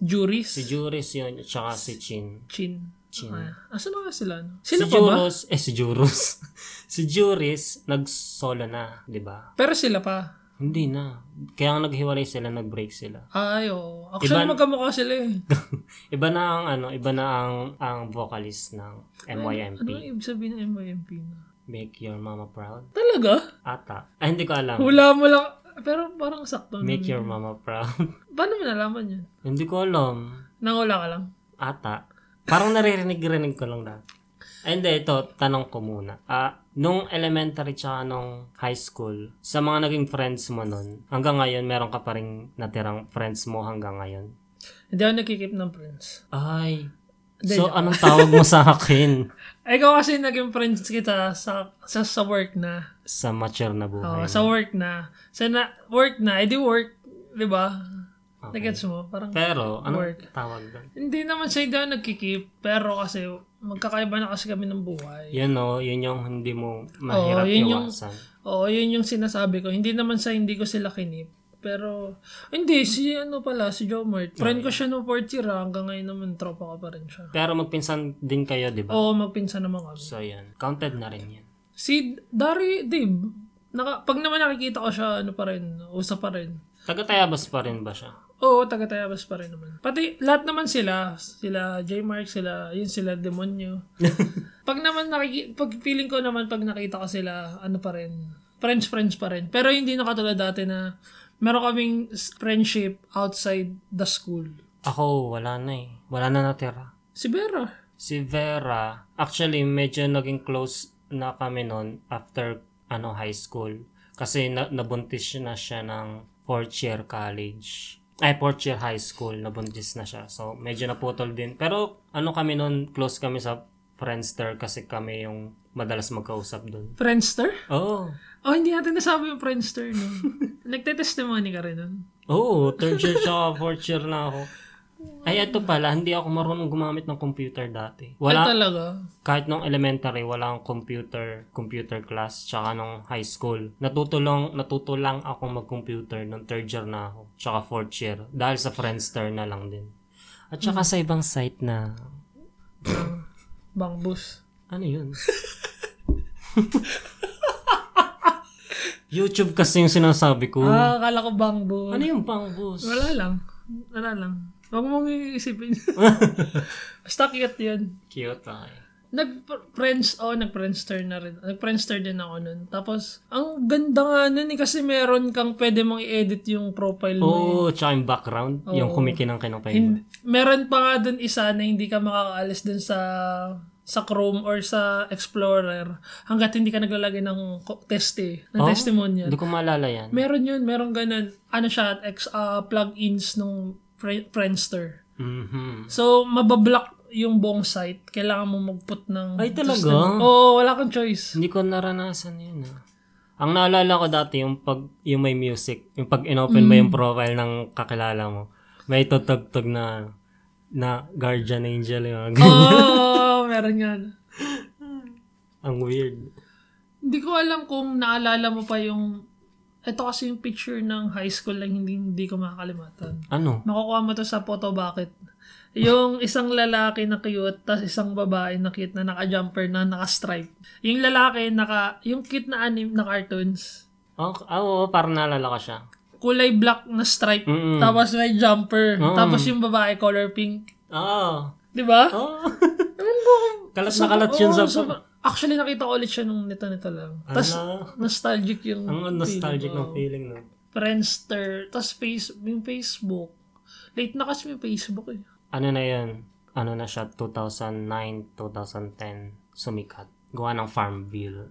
Speaker 2: Juris.
Speaker 1: Si Juris yun, tsaka si Chin.
Speaker 2: Chin.
Speaker 1: Chin.
Speaker 2: Ah, asan na nga sila? No? Sino
Speaker 1: si
Speaker 2: pa ba?
Speaker 1: Juros, eh si Juros. [laughs] si Juris, nag-solo na, di ba?
Speaker 2: Pero sila pa.
Speaker 1: Hindi na. Kaya nga naghiwalay sila, nag-break sila.
Speaker 2: Ay, oo. Actually,
Speaker 1: Iba-
Speaker 2: magkamukha sila eh.
Speaker 1: iba na ang ano, iba na ang ang vocalist ng
Speaker 2: Ano ang
Speaker 1: MYMP.
Speaker 2: ibig sabihin ng MYMP na?
Speaker 1: Make your mama proud.
Speaker 2: Talaga?
Speaker 1: Ata. Ay, hindi ko alam.
Speaker 2: Wala mo lang. Pero parang sakto. na.
Speaker 1: Ah. Make your mama proud. [laughs]
Speaker 2: Paano mo nalaman yun?
Speaker 1: hindi ko alam.
Speaker 2: Nang wala ka lang?
Speaker 1: Ata. Parang naririnig-rinig ko lang na. Ay, hindi, ito, tanong ko muna. Ah, nung elementary tsaka nung high school, sa mga naging friends mo nun, hanggang ngayon, meron ka pa rin natirang friends mo hanggang ngayon?
Speaker 2: Hindi ako nakikip ng friends.
Speaker 1: Ay.
Speaker 2: Hindi,
Speaker 1: So, anong tawag mo sa akin?
Speaker 2: Ay, ikaw kasi naging friends kita sa sa, sa work na.
Speaker 1: Sa mature na
Speaker 2: Oo,
Speaker 1: buhay.
Speaker 2: Oh, sa work na. Sa na, work na, edi work. Di ba?
Speaker 1: Okay.
Speaker 2: Nagets mo? Parang,
Speaker 1: Pero, anong
Speaker 2: Work.
Speaker 1: tawag doon?
Speaker 2: hindi naman siya daw nagkikip. Pero kasi, magkakaiba na kasi kami ng buhay.
Speaker 1: Yun o, yun yung hindi mo mahirap
Speaker 2: Oo, Oh, yun yung-
Speaker 1: iwasan.
Speaker 2: Oo, yun yung sinasabi ko. Hindi naman sa hindi ko sila kinip. Pero, hindi, si ano pala, si Jomart. Friend ko siya no fourth year ah. hanggang ngayon naman tropa ko pa rin siya.
Speaker 1: Pero magpinsan din kayo, di ba?
Speaker 2: Oo, magpinsan naman kami.
Speaker 1: So, yun. Counted na rin yun.
Speaker 2: Si Dari, Dave, naka, pag naman nakikita ko siya, ano pa rin, usap pa rin.
Speaker 1: Taga-tayabas pa rin ba siya?
Speaker 2: Oo, taga Tayabas pa rin naman. Pati lahat naman sila, sila J. Mark, sila, yun sila, Demonyo. pag naman nakiki- pag feeling ko naman pag nakita ko sila, ano pa rin, friends friends pa rin. Pero hindi na katulad dati na meron kaming s- friendship outside the school.
Speaker 1: Ako, wala na eh. Wala na natira.
Speaker 2: Si Vera.
Speaker 1: Si Vera, actually, medyo naging close na kami noon after ano high school. Kasi na- nabuntis na siya ng fourth year college. Ay, fourth year high school, nabuntis na siya. So, medyo naputol din. Pero, ano kami noon, close kami sa Friendster kasi kami yung madalas magkausap doon.
Speaker 2: Friendster?
Speaker 1: Oo. Oh.
Speaker 2: Oh, hindi natin nasabi yung Friendster, no? Nagtetestimony ka rin nun.
Speaker 1: Oo, oh, third year siya, fourth year na ako. Ay, ito pala, hindi ako marunong gumamit ng computer dati. Wala,
Speaker 2: Ay, talaga.
Speaker 1: kahit nung elementary, walang computer, computer class, tsaka nung high school. Natutulong, natutulang ako mag-computer nung third year na ako, tsaka fourth year, dahil sa Friendster na lang din. At tsaka sa ibang site na,
Speaker 2: Bang bus.
Speaker 1: ano
Speaker 2: [laughs]
Speaker 1: yun? YouTube kasi yung sinasabi ko.
Speaker 2: Ah, akala ko bang bus.
Speaker 1: ano yung pangbus?
Speaker 2: Wala lang. Wala lang. Huwag mong iisipin. [laughs] Basta cute yun.
Speaker 1: [laughs] Cute ah.
Speaker 2: Ano
Speaker 1: ay.
Speaker 2: Nag-friends, oh, nag-friendster na rin. Nag-friendster din ako nun. Tapos, ang ganda nga nun eh, kasi meron kang pwede mong i-edit yung profile mo. eh.
Speaker 1: Oo, oh, tsaka yung background, yung kumikinang kinakain.
Speaker 2: Hin- meron pa nga dun isa na hindi ka makakaalis dun sa sa Chrome or sa Explorer hanggat hindi ka naglalagay ng ko- test eh, ng
Speaker 1: Oh?
Speaker 2: testimonial.
Speaker 1: Hindi ko maalala yan.
Speaker 2: Meron yun, meron ganun. Ano siya, ex, ah, plugins nung Fri- Friendster.
Speaker 1: Mhm.
Speaker 2: So, mabablock yung buong site. Kailangan mo mag-put ng...
Speaker 1: Ay, talaga?
Speaker 2: system. Oo, wala kang
Speaker 1: [laughs]
Speaker 2: choice.
Speaker 1: Hindi ko naranasan yun ah. Ang naalala ko dati yung pag yung may music, yung pag inopen mo
Speaker 2: Mm.
Speaker 1: yung profile ng kakilala mo, may tutugtog na na guardian angel yung mga
Speaker 2: Oh.
Speaker 1: ganyan.
Speaker 2: Oo, meron yan.
Speaker 1: Ang weird.
Speaker 2: Hindi ko alam kung naalala mo pa yung Ito kasi yung picture ng high school lang hindi, hindi ko makakalimutan.
Speaker 1: Ano?
Speaker 2: Makukuha mo to sa photo bucket. Yung isang lalaki na cute, tas isang babae na cute na naka-jumper na naka-stripe. Yung lalaki, naka, yung cute na anim na cartoons.
Speaker 1: Oh, ah, oo, parang naalala ko siya.
Speaker 2: Kulay black na stripe.
Speaker 1: Mm-mm.
Speaker 2: Tapos may jumper.
Speaker 1: Mm.
Speaker 2: Tapos yung babae, color pink.
Speaker 1: Oo.
Speaker 2: Di ba?
Speaker 1: Oh.
Speaker 2: Ewan ko.
Speaker 1: kalat na
Speaker 2: Sobrang-
Speaker 1: kalat yun
Speaker 2: oo,
Speaker 1: sa... Ano?
Speaker 2: sobrang- Actually, nakita ko ulit siya nung nito-nito lang. Tapos,
Speaker 1: Ala.
Speaker 2: nostalgic yung
Speaker 1: Ang nostalgic
Speaker 2: feeling
Speaker 1: ng feeling, no?
Speaker 2: ko. Friendster. Tapos, face, yung Facebook. Late na kasi yung Facebook eh.
Speaker 1: Ano na yun? Ano na siya? 2009, 2010. Sumikat. Gawa ng Farmville.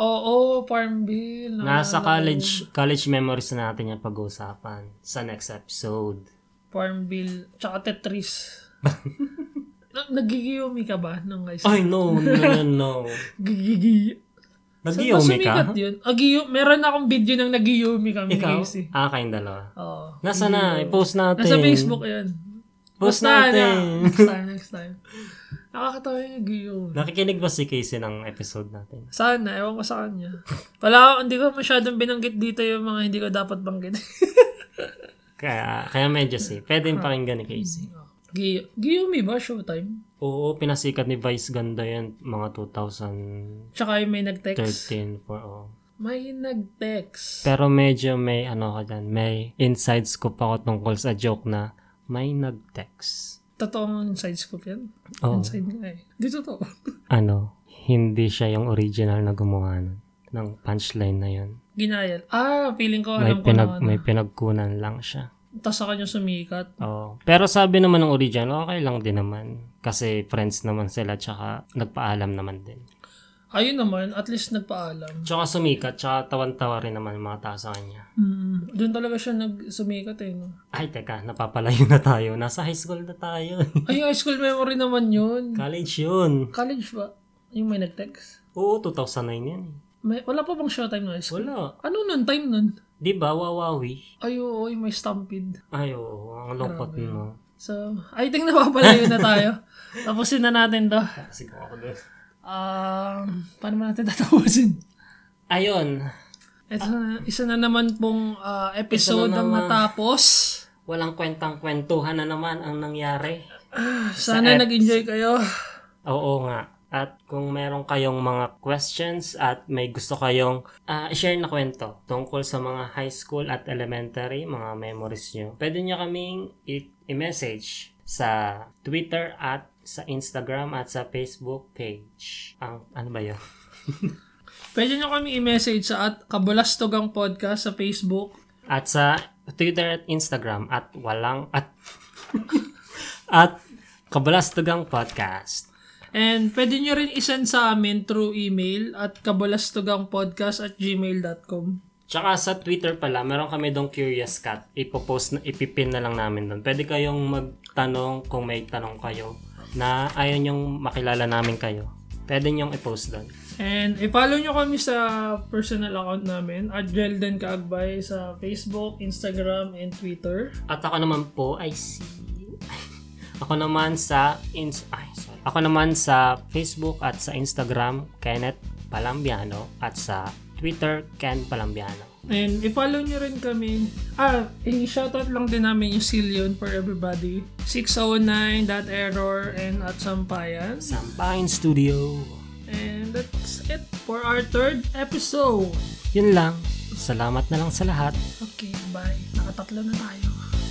Speaker 2: Oo, Farmville.
Speaker 1: Nasa
Speaker 2: naalala ko.
Speaker 1: college college memories na natin yung pag-uusapan sa next episode.
Speaker 2: Farmville. Tsaka
Speaker 1: [laughs]
Speaker 2: Tetris. Na- Nagigiyomi ka ba nung high school?
Speaker 1: Ay, no, no, no, [laughs] no.
Speaker 2: Gigigi.
Speaker 1: Nag-iumi
Speaker 2: Sumikat
Speaker 1: ka?
Speaker 2: yun. Agiyo, meron akong video ng nagiyomi kami.
Speaker 1: Ikaw?
Speaker 2: guys, eh.
Speaker 1: Ah, kayong dalawa.
Speaker 2: Oo.
Speaker 1: Nasa na? I-post natin.
Speaker 2: Nasa Facebook yun.
Speaker 1: Post
Speaker 2: Basta,
Speaker 1: natin. [laughs]
Speaker 2: ano, Next time, next time. Nakakatawa yung nagiyomi.
Speaker 1: Nakikinig ba si Casey ng episode natin?
Speaker 2: Sana, ewan ko sa kanya. Wala, ako- hindi ko masyadong binanggit dito yung mga hindi ko dapat banggit.
Speaker 1: Kaya, kaya medyo safe. Pwede yung pakinggan ni Casey.
Speaker 2: Giyo, Giyomi ba? Showtime?
Speaker 1: Oo, pinasikat ni Vice Ganda yan mga 2013
Speaker 2: Tsaka yung may nag-text.
Speaker 1: for oh.
Speaker 2: May nag-text.
Speaker 1: Pero medyo may ano ka dyan, may inside scoop ako tungkol sa joke na may nag-text.
Speaker 2: Totoong inside scoop yan.
Speaker 1: Oo.
Speaker 2: Inside nga eh. Di totoo. [laughs]
Speaker 1: ano, hindi siya yung original na gumawa nun, ng punchline na yun.
Speaker 2: Ginayal. Ah, feeling ko
Speaker 1: May,
Speaker 2: alam ko
Speaker 1: pinag,
Speaker 2: na.
Speaker 1: may pinagkunan lang siya.
Speaker 2: Tapos sa kanya sumikat.
Speaker 1: Oo. Pero sabi naman ng original, okay lang din naman. Kasi friends naman sila, tsaka nagpaalam naman din.
Speaker 2: Ayun naman, at least nagpaalam.
Speaker 1: Tsaka sumikat, tsaka tawan-tawa rin naman yung mga tao sa kanya.
Speaker 2: Mm, doon talaga siya nag-sumikat eh. No?
Speaker 1: Ay, teka, napapalayo na tayo. Nasa high school na tayo. [laughs]
Speaker 2: Ay, high school memory naman yun.
Speaker 1: College yun.
Speaker 2: College ba? Yung may nag-text?
Speaker 1: Oo, 2009 yan. eh.
Speaker 2: May, wala pa bang showtime na high school?
Speaker 1: Wala.
Speaker 2: Ano nun? Time nun?
Speaker 1: Di ba, wawawi?
Speaker 2: Ay, oo, yung may stampede.
Speaker 1: Ay, oo, ang lungkot no.
Speaker 2: So, I think [laughs] napapalayo na tayo. Tapusin na natin to.
Speaker 1: Kasi kung ako doon.
Speaker 2: Um, paano ba natin tatapusin?
Speaker 1: Ayun,
Speaker 2: Ito na, isa na naman pong ah, episode
Speaker 1: Isa na
Speaker 2: ang
Speaker 1: naman.
Speaker 2: natapos.
Speaker 1: walang kwentang-kwentuhan na naman ang nangyari.
Speaker 2: Sana
Speaker 1: eps-
Speaker 2: nag-enjoy kayo.
Speaker 1: Oo nga. At kung meron kayong mga questions at may gusto kayong ah, share na kwento tungkol sa mga high school at elementary, mga memories nyo, pwede nyo kaming i- i-message sa Twitter at sa Instagram at sa Facebook page. Ang, ano ba yun?
Speaker 2: Pwede nyo kami i-message sa at Kabulastogang Podcast sa Facebook.
Speaker 1: At sa Twitter at Instagram at walang at [laughs] at Kabalastugang Podcast.
Speaker 2: And pwede nyo rin isend sa amin through email at kabalastogangpodcast at gmail.com.
Speaker 1: Tsaka sa Twitter pala, meron kami dong Curious Cat. Ipopost na, ipipin na lang namin doon. Pwede kayong magtanong kung may tanong kayo na ayaw nyong makilala namin kayo. Pwede nyong ipost doon.
Speaker 2: And i-follow nyo kami sa personal account namin at Jelden Kaagbay sa Facebook, Instagram, and Twitter.
Speaker 1: At ako naman po ay si... [laughs] ako naman sa... Ins- ay, sorry. Ako naman sa Facebook at sa Instagram, Kenneth Palambiano. At sa Twitter, Ken Palambiano.
Speaker 2: And i-follow nyo rin kami. Ah, i-shoutout lang din namin yung Silyon for everybody. 609, that error, and at Sampayan.
Speaker 1: Sampain Studio.
Speaker 2: And that's it for our third episode.
Speaker 1: Yun lang. Salamat na lang sa lahat.
Speaker 2: Okay, bye. Nakatatlo na tayo.